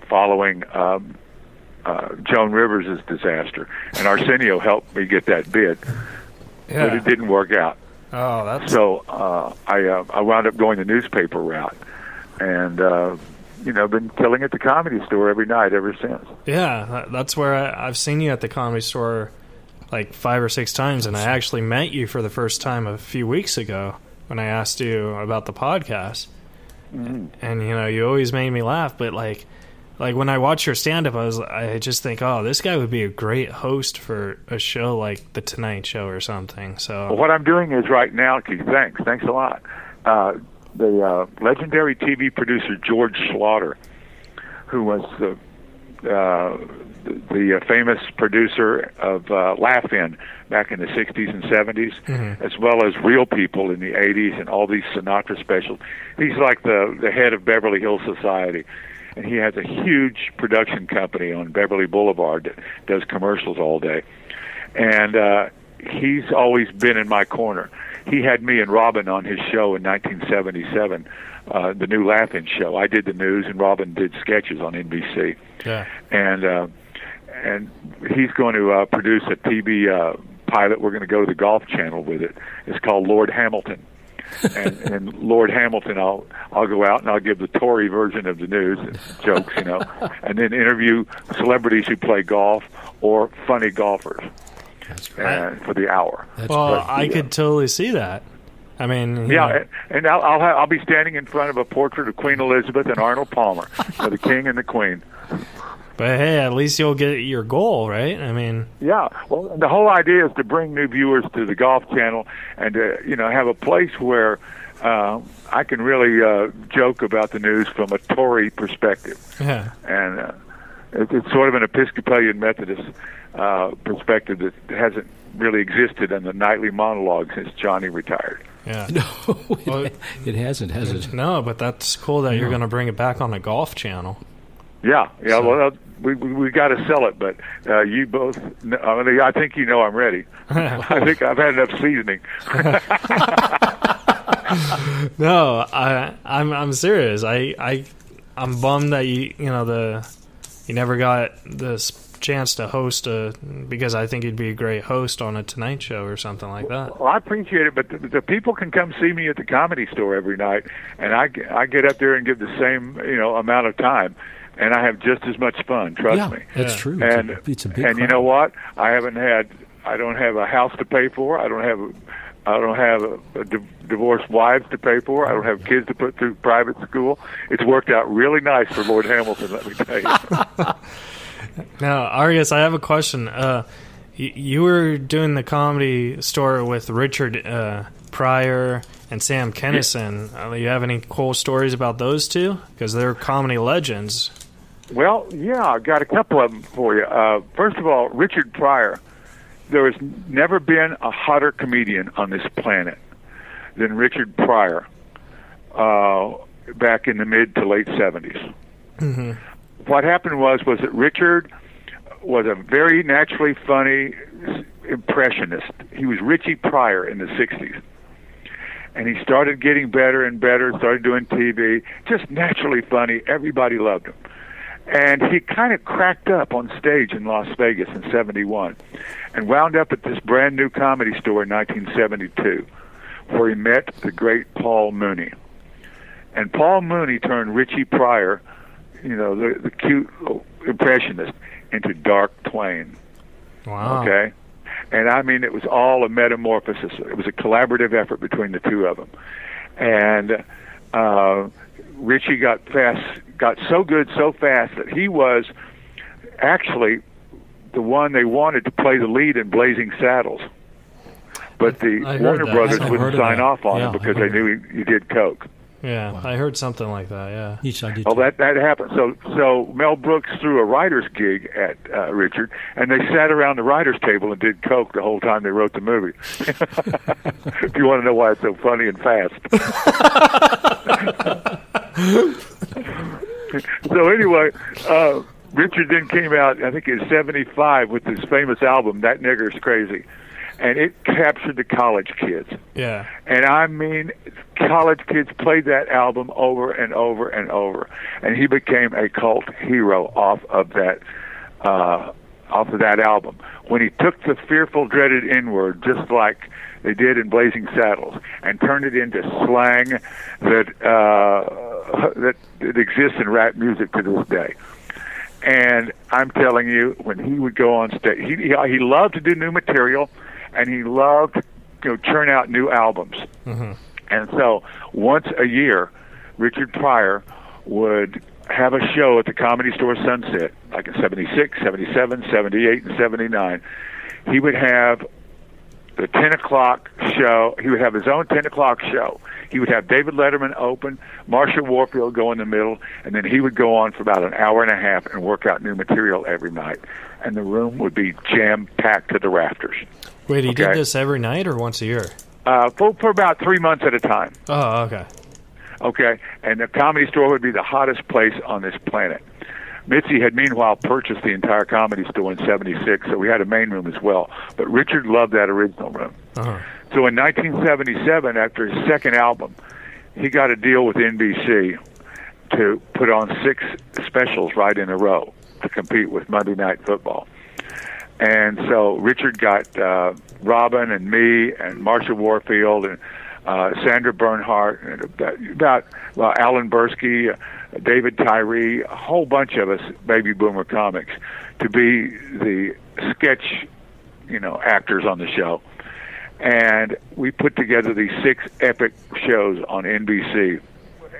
Speaker 6: following um, uh, Joan Rivers' disaster, and Arsenio helped me get that bid, but
Speaker 3: yeah.
Speaker 6: it didn't work out.
Speaker 3: Oh, that's
Speaker 6: So uh, I uh, I wound up going the newspaper route, and uh, you know been killing at the comedy store every night ever since.
Speaker 3: Yeah, that- that's where I, I've seen you at the comedy store like five or six times, and I actually met you for the first time a few weeks ago when I asked you about the podcast.
Speaker 6: Mm.
Speaker 3: And you know, you always made me laugh, but like, like when I watch your stand up, I was I just think, oh, this guy would be a great host for a show like the Tonight Show or something. So
Speaker 6: Well, what I'm doing is right now, Keith. Thanks, thanks a lot. Uh, the uh, legendary TV producer George Slaughter, who was the uh, the uh, famous producer of uh, Laugh In back in the 60s and 70s, as well as Real People in the 80s and all these Sinatra specials. He's like the, the head of Beverly Hills Society. And he has a huge production company on Beverly Boulevard that does commercials all day. And uh, he's always been in my corner. He had me and Robin on his show in 1977, uh, the new Laughing Show. I did the news, and Robin did sketches on NBC
Speaker 3: Yeah.
Speaker 6: and uh, and he's going to uh, produce a TV uh, pilot. We're going to go to the Golf Channel with it. It's called Lord Hamilton. and, and Lord Hamilton, I'll I'll go out and I'll give the Tory version of the news jokes, you know, and then interview celebrities who play golf or funny golfers uh, for the hour.
Speaker 3: Well,
Speaker 6: But,
Speaker 3: I
Speaker 6: yeah.
Speaker 3: could totally see that. I mean, you
Speaker 6: Yeah,
Speaker 3: know,
Speaker 6: and- and I'll I'll, have, I'll be standing in front of a portrait of Queen Elizabeth and Arnold Palmer, for the King and the Queen.
Speaker 3: but hey, at least you'll get your goal, right? I mean,
Speaker 6: Yeah, well, the whole idea is to bring new viewers to the Golf Channel and to you know have a place where uh, I can really uh, joke about the news from a Tory perspective,
Speaker 3: yeah.
Speaker 6: and uh, it, it's sort of an Episcopalian Methodist uh, perspective that hasn't really existed in the nightly monologue since Johnny retired.
Speaker 3: Yeah.
Speaker 4: No, it,
Speaker 3: Well-
Speaker 4: it hasn't, has it?
Speaker 3: No, but that's cool that you're going to bring it back on the golf channel.
Speaker 6: Yeah, yeah. Well, we we, we got to sell it, but uh, you both. kn- I, mean, I think you know I'm ready. I think I've had enough seasoning.
Speaker 3: No, I I'm I'm serious. I I I'm bummed that you you know the you never got this chance to host a because I think you'd be a great host on a Tonight Show or something like that.
Speaker 6: Well, I appreciate it, but the, the people can come see me at the comedy store every night, and I, g- I get up there and give the same you know amount of time, and I have just as much fun. Trust
Speaker 4: yeah,
Speaker 6: me.
Speaker 4: that's
Speaker 3: Yeah.
Speaker 4: true.
Speaker 6: And
Speaker 4: it's, a, it's a big
Speaker 6: and you
Speaker 4: crowd.
Speaker 6: know what? I haven't had I don't have a house to pay for. I don't have a, I don't have a, a di- divorced wives to pay for. I don't have kids to put through private school. It's worked out really nice for Lord Hamilton. Let me tell you.
Speaker 3: Now, Arias, I have a question. Uh, y- you were doing the comedy store with Richard uh, Pryor and Sam Kennison. Uh, you have any cool stories about those two? Because they're comedy legends.
Speaker 6: Well, yeah, I got a couple of them for you. Uh, first of all, Richard Pryor. There has never been a hotter comedian on this planet than Richard Pryor uh, back in the mid to late 70s. What happened was was that Richard was a very naturally funny s- impressionist. He was Richie Pryor in the 60s and he started getting better and better, started doing TV, just naturally funny. Everybody loved him. And he kind of cracked up on stage in Las Vegas in 71 and wound up at this brand new comedy store in 1972 where he met the great Paul Mooney. And Paul Mooney turned Richie Pryor, you know, the, the cute little impressionist, into Dark Twain.
Speaker 3: Wow.
Speaker 6: Okay. And I mean, it was all a metamorphosis. It was a collaborative effort between the two of them. And uh, Richie got fast, got so good so fast that he was actually the one they wanted to play the lead in Blazing Saddles. But the
Speaker 3: I heard
Speaker 6: Warner
Speaker 3: that.
Speaker 6: Brothers
Speaker 4: I heard
Speaker 6: wouldn't
Speaker 4: of
Speaker 6: sign
Speaker 4: that.
Speaker 6: off on
Speaker 4: Yeah,
Speaker 6: him
Speaker 4: I
Speaker 6: because they
Speaker 4: heard
Speaker 6: knew he, he did coke.
Speaker 3: Yeah, I heard something like that. Yeah.
Speaker 4: Each I did
Speaker 6: Well, Oh, that that happened. So so Mel Brooks threw a writers gig at uh, Richard, and they sat around the writers table and did coke the whole time they wrote the movie. if you want to know why it's so funny and fast. so anyway, uh, Richard then came out. I think in '75 with his famous album "That Nigger's Crazy," and it captured the college kids.
Speaker 3: Yeah.
Speaker 6: And I mean, college kids played that album over and over and over, and he became a cult hero off of that, uh, off of that album. When he took the fearful, dreaded N word, just like they did in Blazing Saddles, and turned it into slang that uh, that, that exists in rap music to this day. And I'm telling you, when he would go on stage, he he he loved to do new material, and he loved you know churn out new albums. And so once a year, Richard Pryor would have a show at the Comedy Store Sunset, like in '76, '77, '78, and '79. He would have the 10 o'clock show. He would have his own 10 o'clock show. He would have David Letterman open, Marshall Warfield go in the middle, and then he would go on for about an hour and a half and work out new material every night. And the room would be jam packed to the rafters
Speaker 3: Wait, he did
Speaker 6: Okay.
Speaker 3: this every night or once a year?
Speaker 6: uh, for, for about three months at a time.
Speaker 3: Oh, okay.
Speaker 6: Okay, and the comedy store would be the hottest place on this planet. Mitzi had meanwhile purchased the entire comedy store in 76, so we had a main room as well. But Richard loved that original room.
Speaker 3: Uh-huh.
Speaker 6: So in 1977, after his second album, he got a deal with NBC to put on six specials right in a row to compete with Monday Night Football. And so Richard got uh, Robin and me and Marsha Warfield and uh, Sandra Bernhardt and about, about well, Alan Bursky, uh, David Tyree, a whole bunch of us baby boomer comics to be the sketch, you know, actors on the show and we put together these six epic shows on NBC,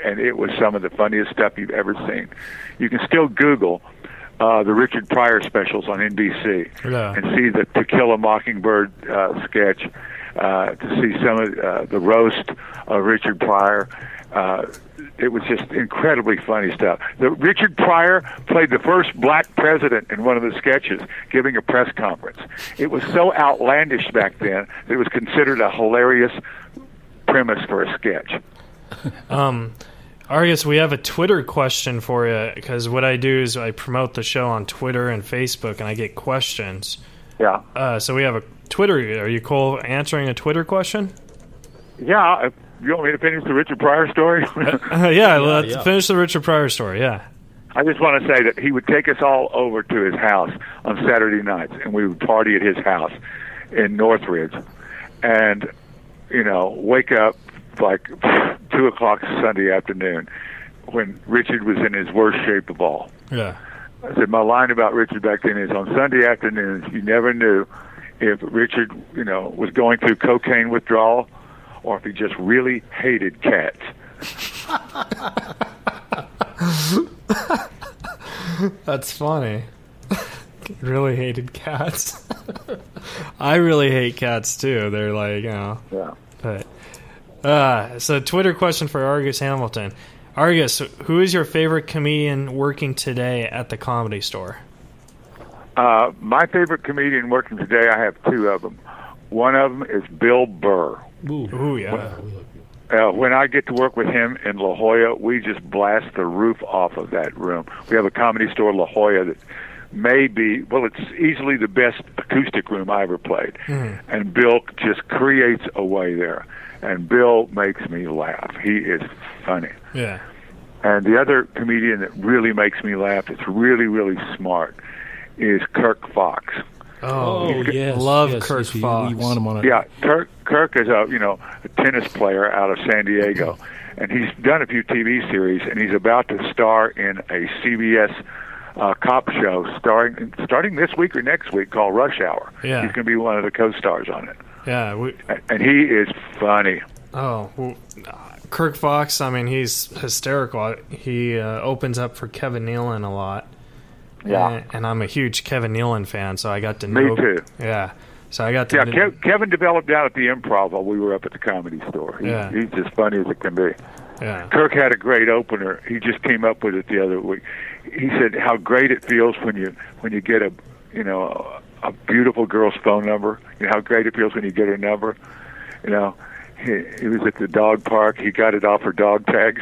Speaker 6: and it was some of the funniest stuff you've ever seen. You can still Google uh, the Richard Pryor specials on NBC
Speaker 3: Yeah.
Speaker 6: and see the To Kill a Mockingbird uh, sketch, uh, to see some of uh, the roast of Richard Pryor. Uh, it was just incredibly funny stuff. The, Richard Pryor played the first black president in one of the sketches, giving a press conference. It was so outlandish back then that it was considered a hilarious premise for a sketch.
Speaker 3: Argus, we have a Twitter question for you because what I do is I promote the show on Twitter and Facebook, and I get questions.
Speaker 6: Yeah,
Speaker 3: Uh, so we have a Twitter. Are you cool answering a Twitter question?
Speaker 6: yeah. If you want me to finish the Richard Pryor story?
Speaker 3: Uh, yeah, let's
Speaker 4: yeah.
Speaker 3: finish the Richard Pryor story. Yeah.
Speaker 6: I just want to say that he would take us all over to his house on Saturday nights, and we would party at his house in Northridge, and you know, wake up like two o'clock Sunday afternoon when Richard was in his worst shape of all.
Speaker 3: Yeah.
Speaker 6: I said my line about Richard back then is on Sunday afternoons you never knew if Richard, you know, was going through cocaine withdrawal or if he just really hated cats.
Speaker 3: That's funny. really hated cats. I really hate cats too. They're like, you know.
Speaker 6: Yeah.
Speaker 3: But uh, so Twitter question for Argus Hamilton. Argus, who is your favorite comedian working today at the comedy store?
Speaker 6: Uh, my favorite comedian working today, I have two of them. One of them is Bill Burr.
Speaker 3: Ooh, yeah.
Speaker 6: Uh, when I get to work with him in La Jolla, we just blast the roof off of that room. We have a comedy store, La Jolla, that may be, well, it's easily the best acoustic room I ever played. And Bill just creates a way there. And Bill makes me laugh. He is funny.
Speaker 3: Yeah.
Speaker 6: And the other comedian that really makes me laugh, that's really, really smart, is Kirk Fox.
Speaker 3: Oh,
Speaker 4: yes,
Speaker 3: love
Speaker 4: yes,
Speaker 3: Kirk
Speaker 4: yes, you-
Speaker 3: Fox.
Speaker 4: You, want him on a
Speaker 6: Yeah, Kirk Kirk is a you know a tennis player out of San Diego, and he's done a few TV series, and he's about to star in a CBS uh, cop show starring starting this week or next week called Rush Hour.
Speaker 3: Yeah.
Speaker 6: he's going to be one of the co-stars on it,
Speaker 3: Yeah. We,
Speaker 6: A- and he is funny.
Speaker 3: oh, well, uh, Kirk Fox. I mean, he's hysterical. He uh, opens up for Kevin Nealon a lot. And, and I'm a huge Kevin Nealon fan, so I got to
Speaker 6: Me
Speaker 3: know.
Speaker 6: too.
Speaker 3: Yeah. So I got to.
Speaker 6: Yeah,
Speaker 3: kn-
Speaker 6: Kev- Kevin developed out at the Improv while we were up at the Comedy Store. He,
Speaker 3: Yeah.
Speaker 6: he's as funny as it can be.
Speaker 3: yeah.
Speaker 6: Kirk had a great opener. He just came up with it the other week. He said how great it feels when you when you get a you know a, a beautiful girl's phone number. You know how great it feels when you get her number. You know, he, he was at the dog park. He got it off her dog tags.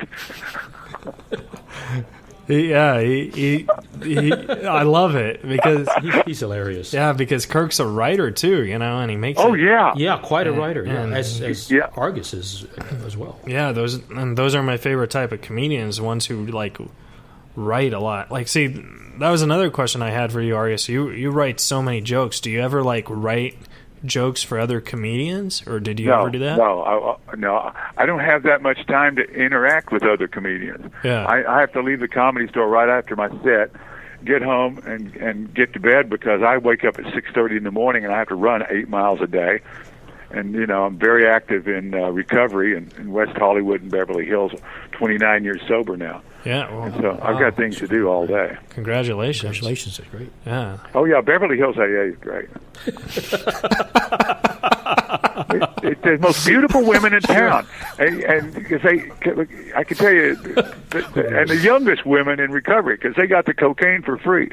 Speaker 3: He- Yeah, he, he, he, I love it because
Speaker 4: He- he's hilarious.
Speaker 3: yeah, because Kirk's a writer too, you know, and he makes
Speaker 6: Oh
Speaker 3: it-
Speaker 6: yeah,
Speaker 4: Yeah, quite a writer. Yeah,
Speaker 3: and-
Speaker 4: as, as
Speaker 6: Yeah.
Speaker 4: Argus is as well.
Speaker 3: yeah, those and those are my favorite type of comedians, ones who like write a lot. Like, see, that was another question I had for you, Arius. You you write so many jokes. Do you ever like write jokes for other comedians, or did you
Speaker 6: no,
Speaker 3: ever do that?
Speaker 6: no, I, I- no. I don't have that much time to interact with other comedians.
Speaker 3: Yeah.
Speaker 6: I, I have to leave the comedy store right after my set, get home and and get to bed because I wake up at six thirty in the morning and I have to run eight miles a day. And you know I'm very active in uh, recovery in, in West Hollywood and Beverly Hills. 29 years sober now,
Speaker 3: Yeah, well,
Speaker 6: so I've got things to do all day.
Speaker 3: congratulations.
Speaker 4: Congratulations, that's great.
Speaker 3: Yeah,
Speaker 6: Oh yeah, Beverly Hills AA is great. the most beautiful women in town, and, and cause they, I can tell you, the, the, and the youngest women in recovery because they got the cocaine for free.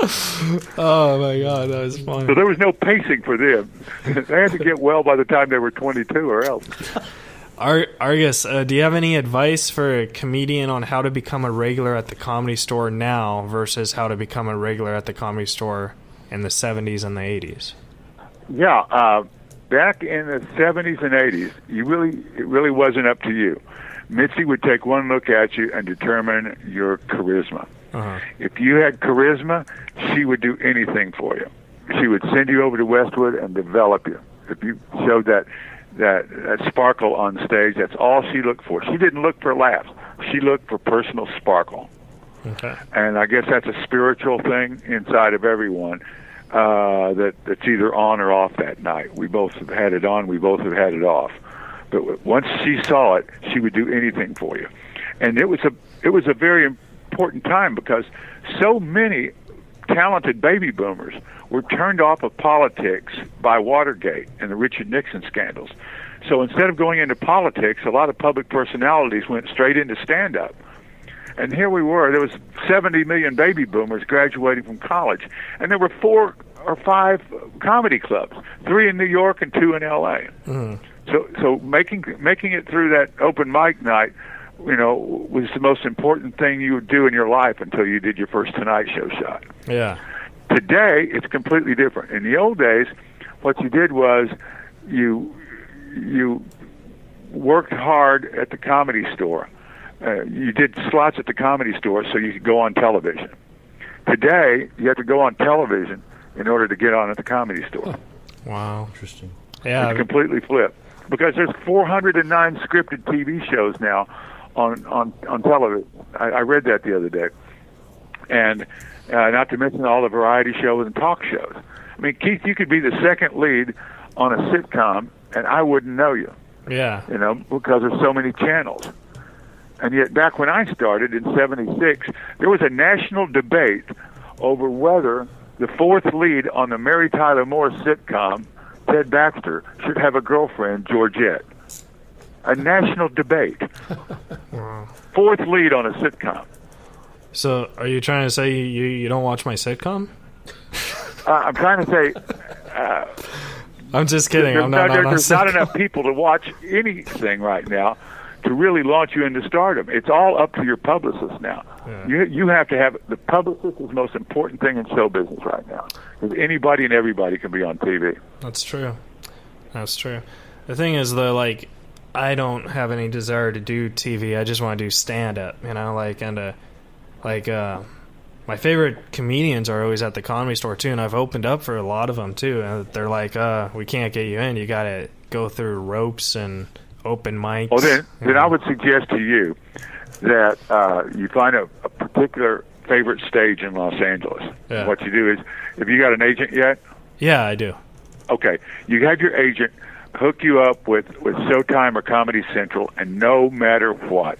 Speaker 3: Oh my god, that was
Speaker 6: So
Speaker 3: funny.
Speaker 6: there was no pacing for them. they had to get well by the time they were 22 or else.
Speaker 3: Ar- Argus, uh, do you have any advice for a comedian on how to become a regular at the comedy store now versus how to become a regular at the comedy store in the 70s and the 80s?
Speaker 6: Yeah, uh, back in the seventies and eighties, you really it really wasn't up to you. Mitzi would take one look at you and determine your charisma.
Speaker 3: Uh-huh.
Speaker 6: If you had charisma, she would do anything for you. She would send you over to Westwood and develop you. If you showed that that, that sparkle on stage, that's all she looked for. She didn't look for laughs. She looked for personal sparkle
Speaker 3: Okay.
Speaker 6: and I guess that's a spiritual thing inside of everyone uh, that that's either on or off that night. We both have had it on, we both have had it off. But w- once she saw it, she would do anything for you, and it was a it was a very important time because so many talented baby boomers were turned off of politics by Watergate and the Richard Nixon scandals. So instead of going into politics, a lot of public personalities went straight into stand up. And here we were. There was 70 million baby boomers graduating from college, and there were four or five comedy clubs, three in New York and two in L.A. So, so making making it through that open mic night, you know, was the most important thing you would do in your life until you did your first Tonight Show shot.
Speaker 3: Yeah.
Speaker 6: Today, it's completely different. In the old days, what you did was you you worked hard at the comedy store. Uh, you did slots at the comedy store so you could go on television. Today, you have to go on television in order to get on at the comedy store.
Speaker 3: Wow.
Speaker 4: Interesting.
Speaker 3: Yeah.
Speaker 6: It's completely flipped because there's 409 scripted TV shows now on on on television. I, I read that the other day, and uh, not to mention all the variety shows and talk shows. I mean, Keith, you could be the second lead on a sitcom, and I wouldn't know you
Speaker 3: Yeah.
Speaker 6: you know, because there's so many channels. And yet, back when I started in '76, there was a national debate over whether the fourth lead on the Mary Tyler Moore sitcom, Ted Baxter, should have a girlfriend, Georgette. A national debate. Fourth lead on a sitcom.
Speaker 3: So, are you trying to say you, you don't watch my sitcom?
Speaker 6: Uh, I'm trying to say
Speaker 3: I'm just kidding. Oh,
Speaker 6: there's,
Speaker 3: I'm not.
Speaker 6: not,
Speaker 3: not,
Speaker 6: there's not enough people to watch anything right now to really launch you into stardom. It's all up to your publicist now. You you have to have the publicist is the most important thing in show business right now. 'Cause anybody and everybody can be on TV.
Speaker 3: That's true. That's true. The thing is, though, like, I don't have any desire to do TV. I just want to do stand up, you know, like, and, uh, like, uh, my favorite comedians are always at the comedy store, too, and I've opened up for a lot of them, too. And they're like, uh, we can't get you in. You got to go through ropes and open mics.
Speaker 6: Well, then,
Speaker 3: you
Speaker 6: then
Speaker 3: know.
Speaker 6: I would suggest to you that uh, you find a, a particular favorite stage in Los Angeles.
Speaker 3: Yeah.
Speaker 6: What you do is, have you got an agent yet?
Speaker 3: Yeah, I do.
Speaker 6: Okay, you have your agent hook you up with with Showtime or Comedy Central, and no matter what,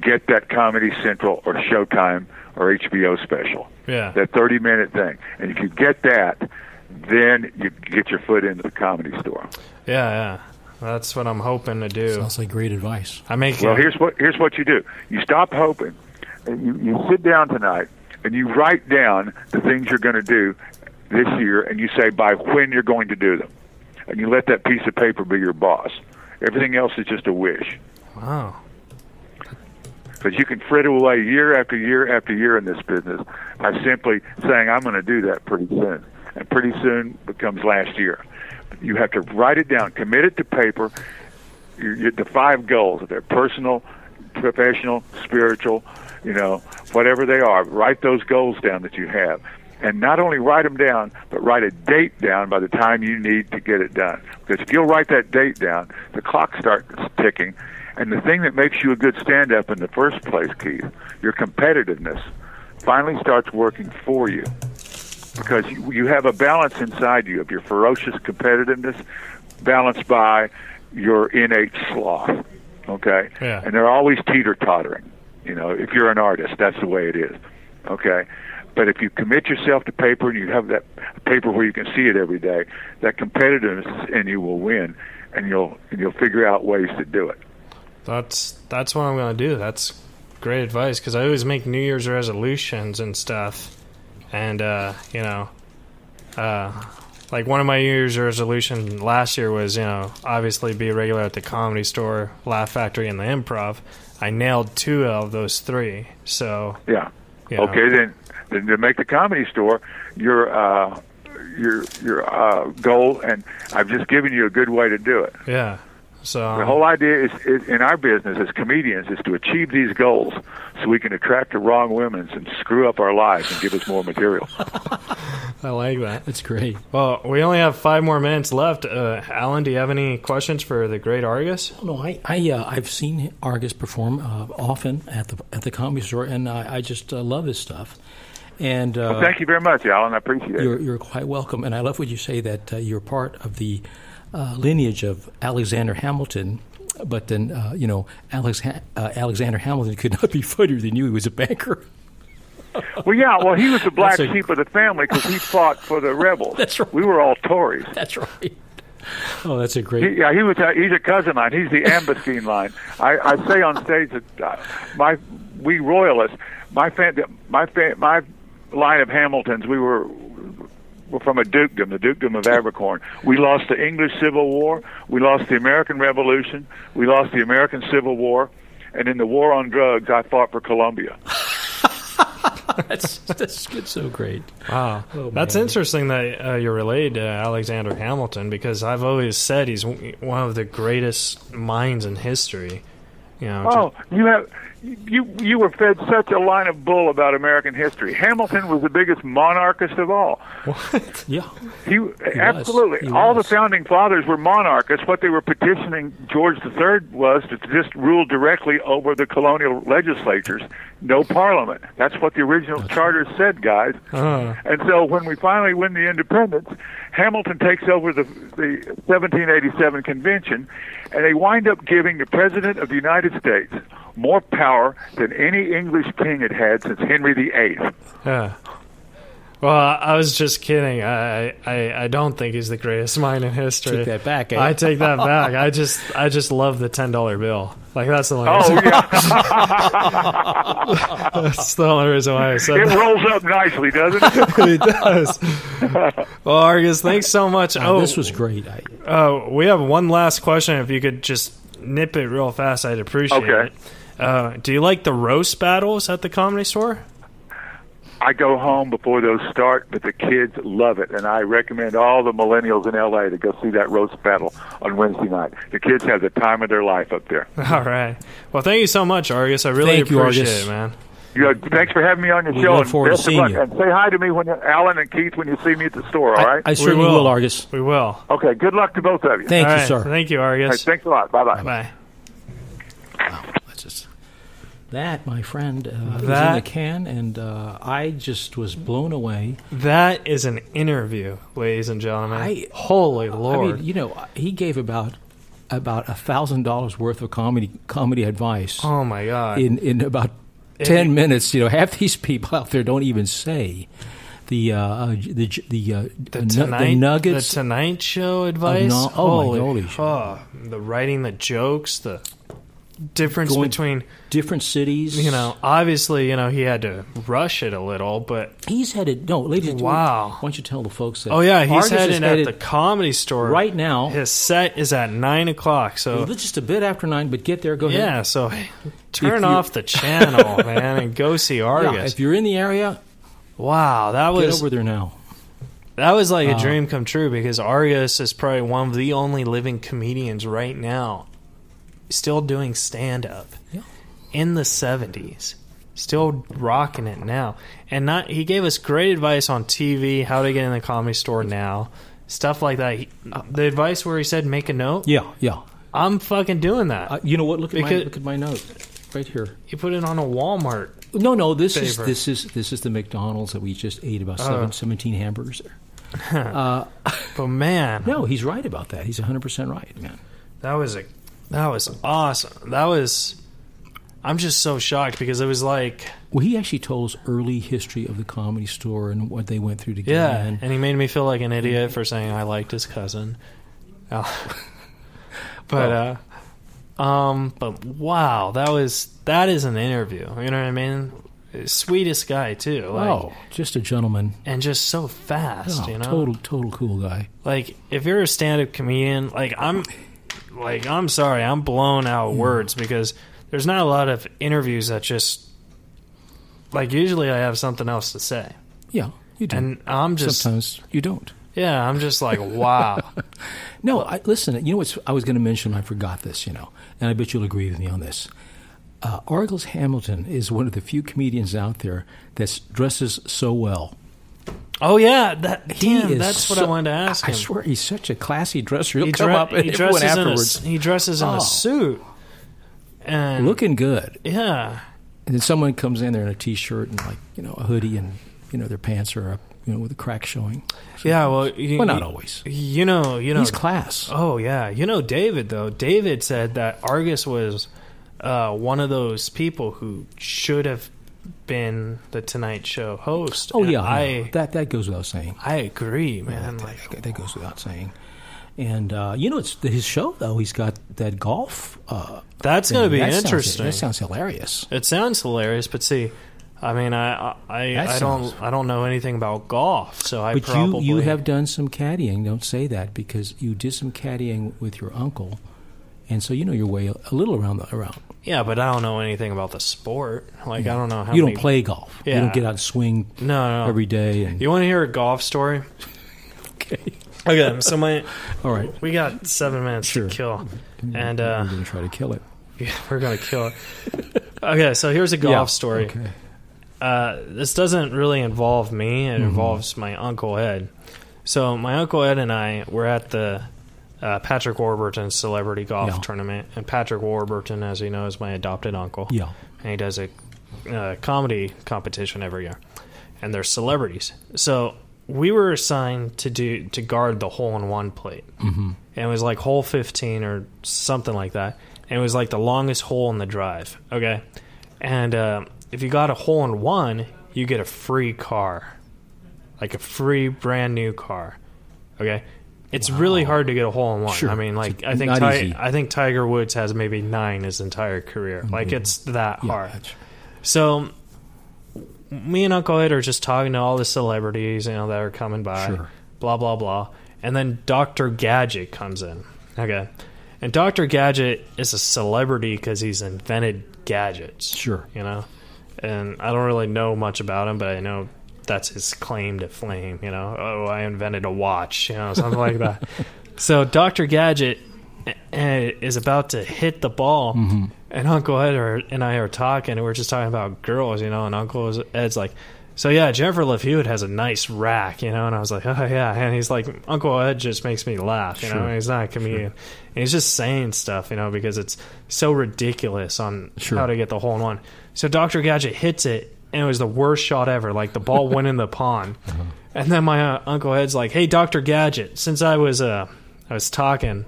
Speaker 6: get that Comedy Central or Showtime or HBO special,
Speaker 3: Yeah.
Speaker 6: that thirty minute thing. And if you get that, then you get your foot into the comedy store.
Speaker 3: Yeah, yeah. That's what I'm hoping to do.
Speaker 4: Sounds like great advice.
Speaker 3: I make
Speaker 6: Well, here's what here's what you do. You stop hoping. And you, you sit down tonight and you write down the things you're going to do this year, and you say by when you're going to do them, and you let that piece of paper be your boss. Everything else is just a wish.
Speaker 3: Wow.
Speaker 6: Because you can fritter away year after year after year in this business by simply saying, I'm going to do that pretty soon. And pretty soon becomes last year. You have to write it down, commit it to paper. You you- the five goals, if they're personal, professional, spiritual, you know, whatever they are, write those goals down that you have. And not only write them down, but write a date down by the time you need to get it done. Because if you'll write that date down, the clock starts ticking, and the thing that makes you a good stand up in the first place, Keith, your competitiveness, finally starts working for you. Because you, you have a balance inside you of your ferocious competitiveness balanced by your innate sloth. Okay?
Speaker 3: Yeah.
Speaker 6: And they're always teeter tottering. You know, if you're an artist, that's the way it is. Okay? But if you commit yourself to paper and you have that paper where you can see it every day, that competitiveness in you will win, and you'll and you'll figure out ways to do it.
Speaker 3: That's that's what I'm gonna do. That's great advice because I always make New Year's resolutions and stuff, and uh, you know, uh, like one of my New Year's resolution last year was you know obviously be a regular at the Comedy Store, Laugh Factory, and the Improv. I nailed two of those three, so
Speaker 6: Yeah.
Speaker 3: Yeah.
Speaker 6: Okay, then, then to make the comedy store your uh, your your uh, goal, and I've just given you a good way to do it.
Speaker 3: yeah. So
Speaker 4: Uh-huh.
Speaker 3: um,
Speaker 6: The whole idea is, is in our business as comedians is to achieve these goals so we can attract the wrong women and screw up our lives and give us more material.
Speaker 4: Uh-huh.
Speaker 3: I like that.
Speaker 4: That's great.
Speaker 3: Well, we only have five more minutes left. Uh, Alan, do you have any questions for the great Argus?
Speaker 4: No, I, I uh, I've seen Argus perform uh, often at the at the comedy store, and I, I just uh, love his stuff. And uh,
Speaker 6: Thank you very much, Alan. I appreciate it.
Speaker 4: You're, you're quite welcome. And I love what you say that uh, you're part of the uh, lineage of Alexander Hamilton. But then, uh, you know, Alex ha- uh, Alexander Hamilton could not be funnier than you. He was a banker.
Speaker 6: Well, yeah. Well, he was the black
Speaker 4: That's a-
Speaker 6: sheep of the family because he fought for the rebels.
Speaker 4: That's right.
Speaker 6: We were all Tories.
Speaker 4: That's right. Oh, that's a
Speaker 6: He,
Speaker 4: great.
Speaker 6: yeah, he was. Uh, he's a cousin of mine. He's the Ambassine line. I, I say on stage that uh, my we royalists, my fan, my fan, my line of Hamiltons. We were were from a dukedom, the dukedom of Abercorn. We lost the English Civil War. We lost the American Revolution. We lost the American Civil War, and in the war on drugs, I fought for Colombia.
Speaker 4: That's that's good. So great.
Speaker 3: Wow,
Speaker 4: Oh,
Speaker 3: that's interesting that uh, you're related to Alexander Hamilton because I've always said he's w- one of the greatest minds in history. You know,
Speaker 6: Oh, you have you you were fed such a line of bull about American history. Hamilton was the biggest monarchist of all.
Speaker 4: Yeah.
Speaker 6: He, absolutely.
Speaker 4: He
Speaker 6: All
Speaker 4: was.
Speaker 6: the founding fathers were monarchists. What they were petitioning George III was to just rule directly over the colonial legislatures, no parliament. That's what the original charter said, guys. And so when we finally win the independence, Hamilton takes over the, the 1787 convention, and they wind up giving the President of the United States more power than any English king had had since Henry VIII.
Speaker 3: just- yeah. Well, I I was just kidding. I, I I don't think he's the greatest mind in history.
Speaker 4: Take that back, eh?
Speaker 3: I take that back. I just I just love the ten dollar bill. Like that's the only
Speaker 6: Oh,
Speaker 3: reason,
Speaker 6: yeah.
Speaker 3: that's the only reason why I said
Speaker 6: It
Speaker 3: that.
Speaker 6: rolls up nicely, doesn't it?
Speaker 3: It does. well, Argus, thanks so much.
Speaker 4: Oh,
Speaker 3: oh,
Speaker 4: this was great. I,
Speaker 3: Uh, we have one last question. If you could just nip it real fast, I'd appreciate
Speaker 6: Okay.
Speaker 3: it. Uh, do you like the roast battles at the comedy store?
Speaker 6: I go home before those start, but the kids love it, and I recommend all the millennials in LA to go see that roast battle on Wednesday night. The kids have the time of their life up there.
Speaker 3: All right. Well, thank you so much, Argus. I really
Speaker 4: Thank you,
Speaker 3: appreciate
Speaker 4: Argus.
Speaker 3: it, man.
Speaker 6: You know, thanks for having me on your
Speaker 4: We
Speaker 6: show.
Speaker 4: look
Speaker 6: and
Speaker 4: forward to
Speaker 6: best of
Speaker 4: seeing
Speaker 6: luck.
Speaker 4: you.
Speaker 6: And say hi to me when you, Alan and Keith when you see me at the store. All right.
Speaker 4: I, I certainly
Speaker 3: will.
Speaker 4: will. Argus.
Speaker 3: We will.
Speaker 6: okay. Good luck to both of you.
Speaker 4: Thank
Speaker 3: All
Speaker 4: you,
Speaker 3: right.
Speaker 4: sir.
Speaker 3: Thank you,
Speaker 6: All right,
Speaker 3: Argus.
Speaker 6: thanks a lot. Bye bye.
Speaker 3: Bye.
Speaker 4: That's just that, my friend, uh, is in
Speaker 3: That-
Speaker 4: the can, and uh, I just was blown away.
Speaker 3: That is an interview, ladies and gentlemen.
Speaker 4: I-
Speaker 3: Holy
Speaker 4: I
Speaker 3: Lord.
Speaker 4: mean, you know, he gave about about a thousand dollars worth of comedy comedy advice
Speaker 3: oh, my God.
Speaker 4: in in about ten minutes. You know, half these people out there don't even say the uh, uh, the the, uh,
Speaker 3: the,
Speaker 4: nu-
Speaker 3: tonight,
Speaker 4: the nuggets.
Speaker 3: The Tonight Show advice.
Speaker 4: no- oh my
Speaker 3: Holy-
Speaker 4: golly, shit.
Speaker 3: oh, the writing, the jokes, the difference
Speaker 4: Going-
Speaker 3: between
Speaker 4: Different cities,
Speaker 3: you know, obviously, you know, he had to rush it a little, but
Speaker 4: He's headed. No, ladies. and gentlemen,
Speaker 3: Wow.
Speaker 4: Why don't you tell the folks that?
Speaker 3: oh yeah, he's
Speaker 4: Argus is
Speaker 3: headed at
Speaker 4: headed
Speaker 3: the comedy store
Speaker 4: right now.
Speaker 3: His set is at nine o'clock, so
Speaker 4: just a bit after nine, but get there. Go ahead.
Speaker 3: yeah, so
Speaker 4: If
Speaker 3: turn
Speaker 4: you-
Speaker 3: off the channel, man, and go see
Speaker 4: Yeah,
Speaker 3: Argus.
Speaker 4: if you're in the area,
Speaker 3: wow, that
Speaker 4: get
Speaker 3: was
Speaker 4: over there now.
Speaker 3: that was like a dream come true because Argus is probably one of the only living comedians right now still doing stand up
Speaker 4: Yeah.
Speaker 3: in the seventies. Still rocking it now, and not he gave us great advice on TV, how to get in the comedy store now, stuff like that. He, the advice where he said make a note,
Speaker 4: Yeah, yeah.
Speaker 3: I'm fucking doing that.
Speaker 4: Uh, you know what? Look at my
Speaker 3: Because-
Speaker 4: look at my note right here.
Speaker 3: you put it on a Walmart.
Speaker 4: No, no. This is
Speaker 3: Favor. Uh-huh.
Speaker 4: this is this is the McDonald's that we just ate about seven, 17 hamburgers. There.
Speaker 3: But man,
Speaker 4: No, he's right about that. He's 100 percent right, man.
Speaker 3: that was a that was awesome. That was I'm just so shocked because it was like,
Speaker 4: Well, he actually told us early history of the Comedy Store and what they went through to get
Speaker 3: yeah,
Speaker 4: in.
Speaker 3: and he made me feel like an idiot for saying I liked his cousin. Oh. but uh, um, but wow, that was that is an interview. You know what I mean? Sweetest guy too. Like,
Speaker 4: oh, just a gentleman.
Speaker 3: and just so fast.
Speaker 4: Oh,
Speaker 3: you know,
Speaker 4: Total, total cool guy.
Speaker 3: like if you're a stand-up comedian like i'm like i'm sorry i'm blown out
Speaker 4: Hmm.
Speaker 3: of words because there's not a lot of interviews that just like usually i have something else to say
Speaker 4: Yeah, you do.
Speaker 3: and i'm just
Speaker 4: Sometimes you don't.
Speaker 3: yeah i'm just like wow
Speaker 4: No, I, listen. You know what's? I was going to mention. I forgot this. You know, and I bet you'll agree with me on this. Uh, Argles Hamilton is one of the few comedians out there that dresses so well.
Speaker 3: oh yeah that
Speaker 4: He
Speaker 3: damn
Speaker 4: is
Speaker 3: that's what
Speaker 4: so-
Speaker 3: i wanted to ask
Speaker 4: I,
Speaker 3: him
Speaker 4: swear, he's such a classy dresser. He'll
Speaker 3: he,
Speaker 4: come
Speaker 3: dre-
Speaker 4: up and
Speaker 3: he
Speaker 4: everyone
Speaker 3: dresses in a,
Speaker 4: afterwards,
Speaker 3: s- he dresses in
Speaker 4: Oh.
Speaker 3: a suit and
Speaker 4: looking good.
Speaker 3: yeah
Speaker 4: And then someone comes in there in a t-shirt and like you know a hoodie and you know their pants are up, you know, with a crack showing.
Speaker 3: yeah well you,
Speaker 4: Well, not always.
Speaker 3: you know you know
Speaker 4: He's class.
Speaker 3: Oh yeah, you know David though. David said that Argus was uh, one of those people who should have been the Tonight Show host.
Speaker 4: Oh
Speaker 3: And
Speaker 4: yeah,
Speaker 3: I
Speaker 4: that that goes without saying.
Speaker 3: I agree, man.
Speaker 4: that,
Speaker 3: Like
Speaker 4: that- that goes without saying. And uh, you know, it's his show though. He's got that golf. Uh,
Speaker 3: that's
Speaker 4: thing.
Speaker 3: gonna be
Speaker 4: That sounds-
Speaker 3: interesting.
Speaker 4: that sounds hilarious.
Speaker 3: it sounds hilarious, but see. I mean, I I,
Speaker 4: That
Speaker 3: I
Speaker 4: sounds-
Speaker 3: don't I don't know anything about golf, so I
Speaker 4: But you,
Speaker 3: probably
Speaker 4: you have done some caddying. Don't say that because you did some caddying with your uncle, and so you know your way a little around the around.
Speaker 3: yeah, but I don't know anything about the sport. Like I don't know how
Speaker 4: you don't
Speaker 3: many-
Speaker 4: play golf. You
Speaker 3: Yeah.
Speaker 4: don't get out and swing
Speaker 3: No, no.
Speaker 4: every day. And
Speaker 3: You want to hear a golf story?
Speaker 4: okay,
Speaker 3: Okay, so my
Speaker 4: all right.
Speaker 3: we got seven minutes
Speaker 4: Sure.
Speaker 3: to kill, and uh,
Speaker 4: I'm going to try to kill it.
Speaker 3: Yeah, we're gonna kill it. okay, so here's a golf
Speaker 4: Yeah,
Speaker 3: story.
Speaker 4: Okay.
Speaker 3: Uh, this doesn't really involve me;
Speaker 4: Mm-hmm.
Speaker 3: it involves my uncle Ed. So my uncle Ed and I were at the uh, Patrick Warburton Celebrity Golf
Speaker 4: Yeah.
Speaker 3: Tournament, and Patrick Warburton, as you know, is my adopted uncle.
Speaker 4: Yeah.
Speaker 3: and he does a uh, comedy competition every year, and they're celebrities. So we were assigned to do to guard the hole in one plate, mm-hmm. and it was like hole fifteen or something like that. And it was like the longest hole in the drive. Okay, and uh, if you got a hole in one, you get a free car, like a free brand new car. Okay. It's really hard to get a hole in one.
Speaker 4: Sure.
Speaker 3: I mean, like I
Speaker 4: It's
Speaker 3: think
Speaker 4: not
Speaker 3: Ti-
Speaker 4: easy.
Speaker 3: I think Tiger Woods has maybe nine his entire career. Like it's that
Speaker 4: Yeah,
Speaker 3: hard.
Speaker 4: that's-
Speaker 3: So me and Uncle Ed are just talking to all the celebrities, you know, that are coming by.
Speaker 4: Sure.
Speaker 3: Blah blah blah. And then Doctor Gadget comes in. Okay. And Doctor Gadget is a celebrity because he's invented gadgets.
Speaker 4: Sure.
Speaker 3: You know? And I don't really know much about him, but I know that's his claim to flame, you know. Oh, I invented a watch, you know, something like that. So Dr. Gadget eh, eh, is about to hit the ball,
Speaker 4: Mm-hmm.
Speaker 3: and Uncle Ed are, and I are talking, and we're just talking about girls, you know. And Uncle is- Ed's like, "So yeah, Jennifer Love Hewitt has a nice rack, you know." And I was like, "Oh yeah," and he's like, "Uncle Ed just makes me laugh, you know." He's not a comedian, and he's just saying stuff, you know, because it's so ridiculous on
Speaker 4: Sure.
Speaker 3: how to get the hole in one. So Dr. Gadget hits it, and it was the worst shot ever. Like the ball went in the pond. And then my uh, uncle Ed's like, "Hey, Doctor Gadget, since I was uh, I was talking,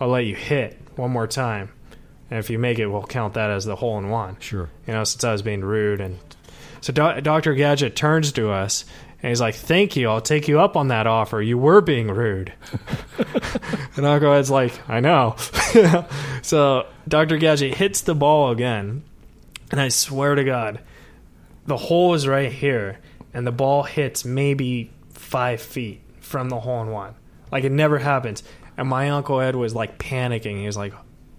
Speaker 3: I'll let you hit one more time, and if you make it, we'll count that as the hole in one."
Speaker 4: Sure.
Speaker 3: You know, since I was being rude, and so Doctor Gadget turns to us and he's like, "Thank you, I'll take you up on that offer. You were being rude." and Uncle Ed's like, "I know." so Doctor Gadget hits the ball again, and I swear to God, the hole is right here, and the ball hits maybe five feet from the hole in one. Like it never happens. And my uncle Ed was like panicking. He was like,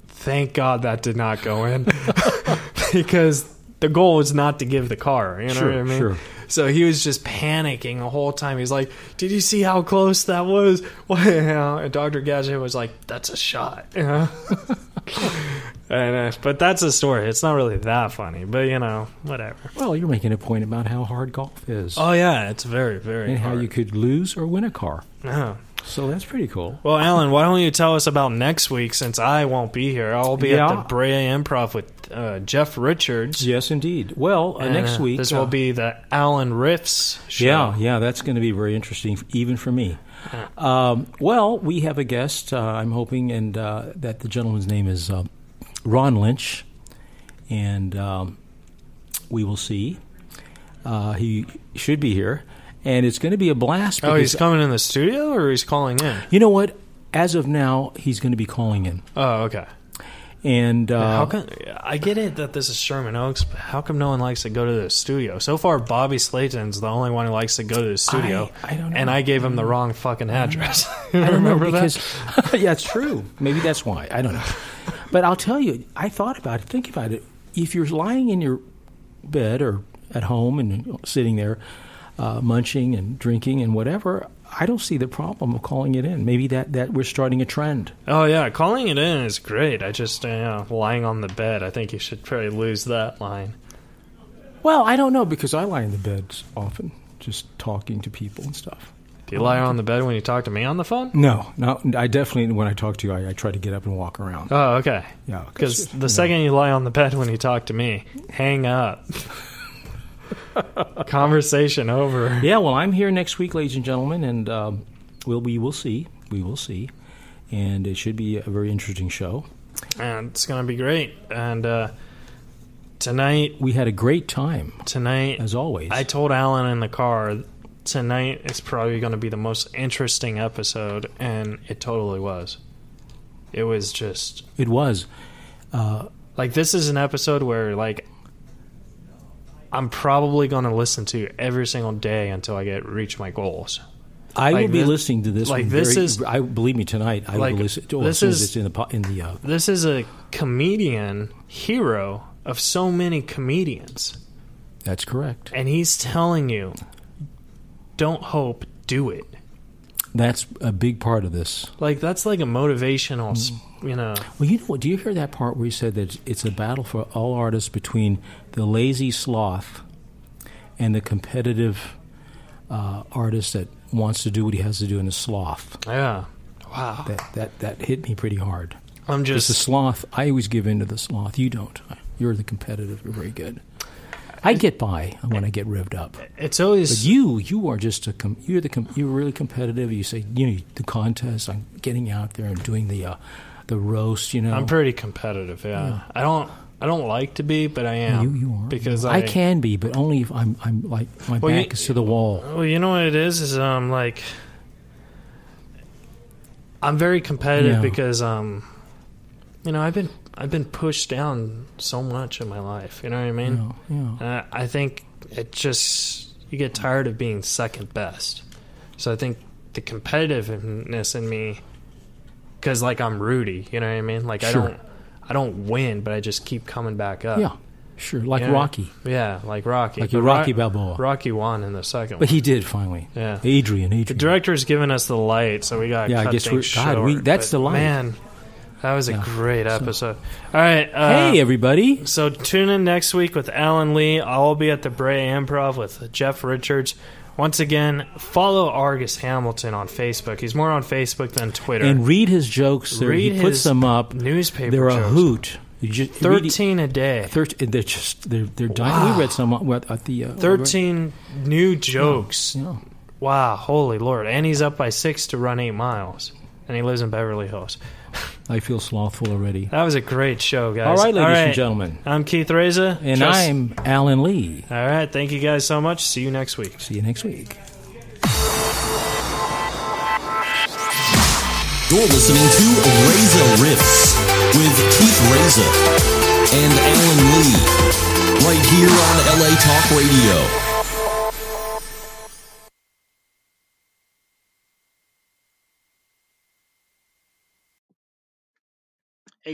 Speaker 3: "Thank God that did not go in," because the goal is not to give the car. You know
Speaker 4: Sure,
Speaker 3: what I mean?
Speaker 4: sure.
Speaker 3: So he was just panicking the whole time. He's like, "Did you see how close that was?" Wow. And Doctor Gadget was like, "That's a shot." You know? and, uh, but that's a story. It's not really that funny, but you know, whatever.
Speaker 4: Well, you're making a point about how hard golf is
Speaker 3: Oh yeah, it's very very
Speaker 4: and how
Speaker 3: hard.
Speaker 4: you could lose or win a car.
Speaker 3: Yeah.
Speaker 4: So that's pretty cool.
Speaker 3: Well, Alan, why don't you tell us about next week since I won't be here? I'll be at
Speaker 4: Yeah.
Speaker 3: the Brea Improv with uh, Jeff Richards.
Speaker 4: Yes, indeed. Well, uh,
Speaker 3: And,
Speaker 4: next
Speaker 3: uh,
Speaker 4: week
Speaker 3: this
Speaker 4: uh,
Speaker 3: will be the Alan Riffs show.
Speaker 4: Yeah, yeah, that's going to be very interesting, f- even for me. Um, well, we have a guest. Uh, I'm hoping, and uh, that the gentleman's name is uh, Ron Lynch, and um, we will see. Uh, he should be here, and it's going to be a blast.
Speaker 3: Oh, he's
Speaker 4: because-
Speaker 3: coming in the studio or he's calling in?
Speaker 4: You know what? As of now, he's going to be calling in,
Speaker 3: Oh, okay.
Speaker 4: and uh,
Speaker 3: How come? I get it that this is Sherman Oaks. But how come no one likes to go to the studio? So far, Bobby Slayton's the only one who likes to go to the studio.
Speaker 4: I don't
Speaker 3: And
Speaker 4: know.
Speaker 3: I gave him the wrong fucking address. You
Speaker 4: I don't know,
Speaker 3: remember
Speaker 4: because,
Speaker 3: that?
Speaker 4: yeah, it's true. Maybe that's why. I don't know. But I'll tell you, I thought about it. Think about it. If you're lying in your bed or at home and sitting there uh, munching and drinking and whatever, I don't see the problem of calling it in. Maybe that, that we're starting a trend.
Speaker 3: Oh yeah, calling it in is great. I just uh, you know, lying on the bed. I think you should probably lose that line.
Speaker 4: Well, I don't know because I lie in the beds often, just talking to people and stuff.
Speaker 3: Do you lie on the bed when you talk to me on the phone?
Speaker 4: Oh, No, no, I definitely, when I talk to you, I, I try to get up and walk around.
Speaker 3: Oh, okay.
Speaker 4: Yeah, 'cause
Speaker 3: Because
Speaker 4: you
Speaker 3: the second you lie on the bed when you talk to me, hang up. Conversation over.
Speaker 4: Yeah, well, I'm here next week, ladies and gentlemen, and um, we'll, we will see. We will see. And it should be a very interesting show.
Speaker 3: And it's gonna be great. And uh, tonight,
Speaker 4: We had a great time,
Speaker 3: tonight,
Speaker 4: as always.
Speaker 3: I told Alan in the car tonight is probably going to be the most interesting episode, and it totally was. It was just
Speaker 4: it was.
Speaker 3: like this is an episode where like I'm probably going to listen to every single day until I get reach my goals.
Speaker 4: I
Speaker 3: Like
Speaker 4: will be
Speaker 3: this-
Speaker 4: listening to this.
Speaker 3: like
Speaker 4: one
Speaker 3: this
Speaker 4: very-
Speaker 3: is-
Speaker 4: I believe me tonight. I
Speaker 3: like,
Speaker 4: will listen. To,
Speaker 3: this
Speaker 4: as soon as
Speaker 3: is-
Speaker 4: it's in the po- in the. Uh,
Speaker 3: This is a comedian hero of so many comedians,
Speaker 4: that's correct.
Speaker 3: and he's telling you, don't hope, do it.
Speaker 4: That's a big part of this.
Speaker 3: Like that's like a motivational, s- you know.
Speaker 4: Well, you know what? Do you hear that part where he said that it's a battle for all artists between the lazy sloth and the competitive uh, artist that wants to do what he has to do in a sloth?
Speaker 3: Yeah. Wow.
Speaker 4: That that that hit me pretty hard.
Speaker 3: I'm
Speaker 4: It's
Speaker 3: just
Speaker 4: the sloth. I always give in to the sloth. You don't. You're the competitive. You're very good. I get by when I get revved up.
Speaker 3: It's always
Speaker 4: But you, you are just a. Com- you're the. Com- you're really competitive. You say, you know, the contest. I'm getting out there and doing the, uh, the roast. You know,
Speaker 3: I'm pretty competitive. Yeah. I don't. I don't like to be, but I am.
Speaker 4: You, you are
Speaker 3: because
Speaker 4: I,
Speaker 3: I,
Speaker 4: can be, but only if I'm I'm like my
Speaker 3: Well, you-
Speaker 4: back is to the wall.
Speaker 3: Well, you know what it is is um like. I'm very competitive
Speaker 4: Yeah.
Speaker 3: because um, you know I've been I've been pushed down so much in my life. You know what I mean?
Speaker 4: You know, you know.
Speaker 3: And I, I think it just you get tired of being second best. So I think the competitiveness in me, because like I'm Rudy, you know what I mean? Like I
Speaker 4: Sure.
Speaker 3: don't, I don't win, but I just keep coming back up.
Speaker 4: Yeah, sure. Like
Speaker 3: You know?
Speaker 4: Rocky,
Speaker 3: Uh, Yeah, like Rocky.
Speaker 4: Like your
Speaker 3: But Ro-
Speaker 4: Rocky Balboa.
Speaker 3: Rocky won in the second.
Speaker 4: but
Speaker 3: one.
Speaker 4: he did finally.
Speaker 3: Yeah.
Speaker 4: Adrian, Adrian.
Speaker 3: The director's giving us the light, so we got
Speaker 4: Yeah, I
Speaker 3: Cut
Speaker 4: guess
Speaker 3: things
Speaker 4: we're- God,
Speaker 3: short,
Speaker 4: we- that's
Speaker 3: but
Speaker 4: the light.
Speaker 3: Man, that was a great episode. All right. Uh,
Speaker 4: hey, everybody.
Speaker 3: so tune in next week with Alan Lee. I'll be at the Bray Improv with Jeff Richards. Once again, follow Argus Hamilton on Facebook. He's more on Facebook than Twitter.
Speaker 4: And read his jokes. There.
Speaker 3: Read
Speaker 4: he puts
Speaker 3: his
Speaker 4: them up.
Speaker 3: newspaper
Speaker 4: They're a
Speaker 3: jokes.
Speaker 4: hoot. You just- read it-
Speaker 3: Thirteen a day.
Speaker 4: Thirteen. They're just they're they're dying.
Speaker 3: Wow.
Speaker 4: We read some uh, at the uh,
Speaker 3: Thirteen new jokes.
Speaker 4: You know,
Speaker 3: Wow, holy lord! And he's up by six to run eight miles, and he lives in Beverly Hills.
Speaker 4: I feel slothful already.
Speaker 3: That was a great show, guys.
Speaker 4: All right, ladies and gentlemen.
Speaker 3: I'm Keith Reza,
Speaker 4: And
Speaker 3: Trust-
Speaker 4: I'm Alan Lee.
Speaker 3: All right, thank you guys so much. See you next week.
Speaker 4: See you next week.
Speaker 2: You're listening to Razor Riffs with Keith Razor and Alan Lee, right here on LA Talk Radio.
Speaker 7: Hey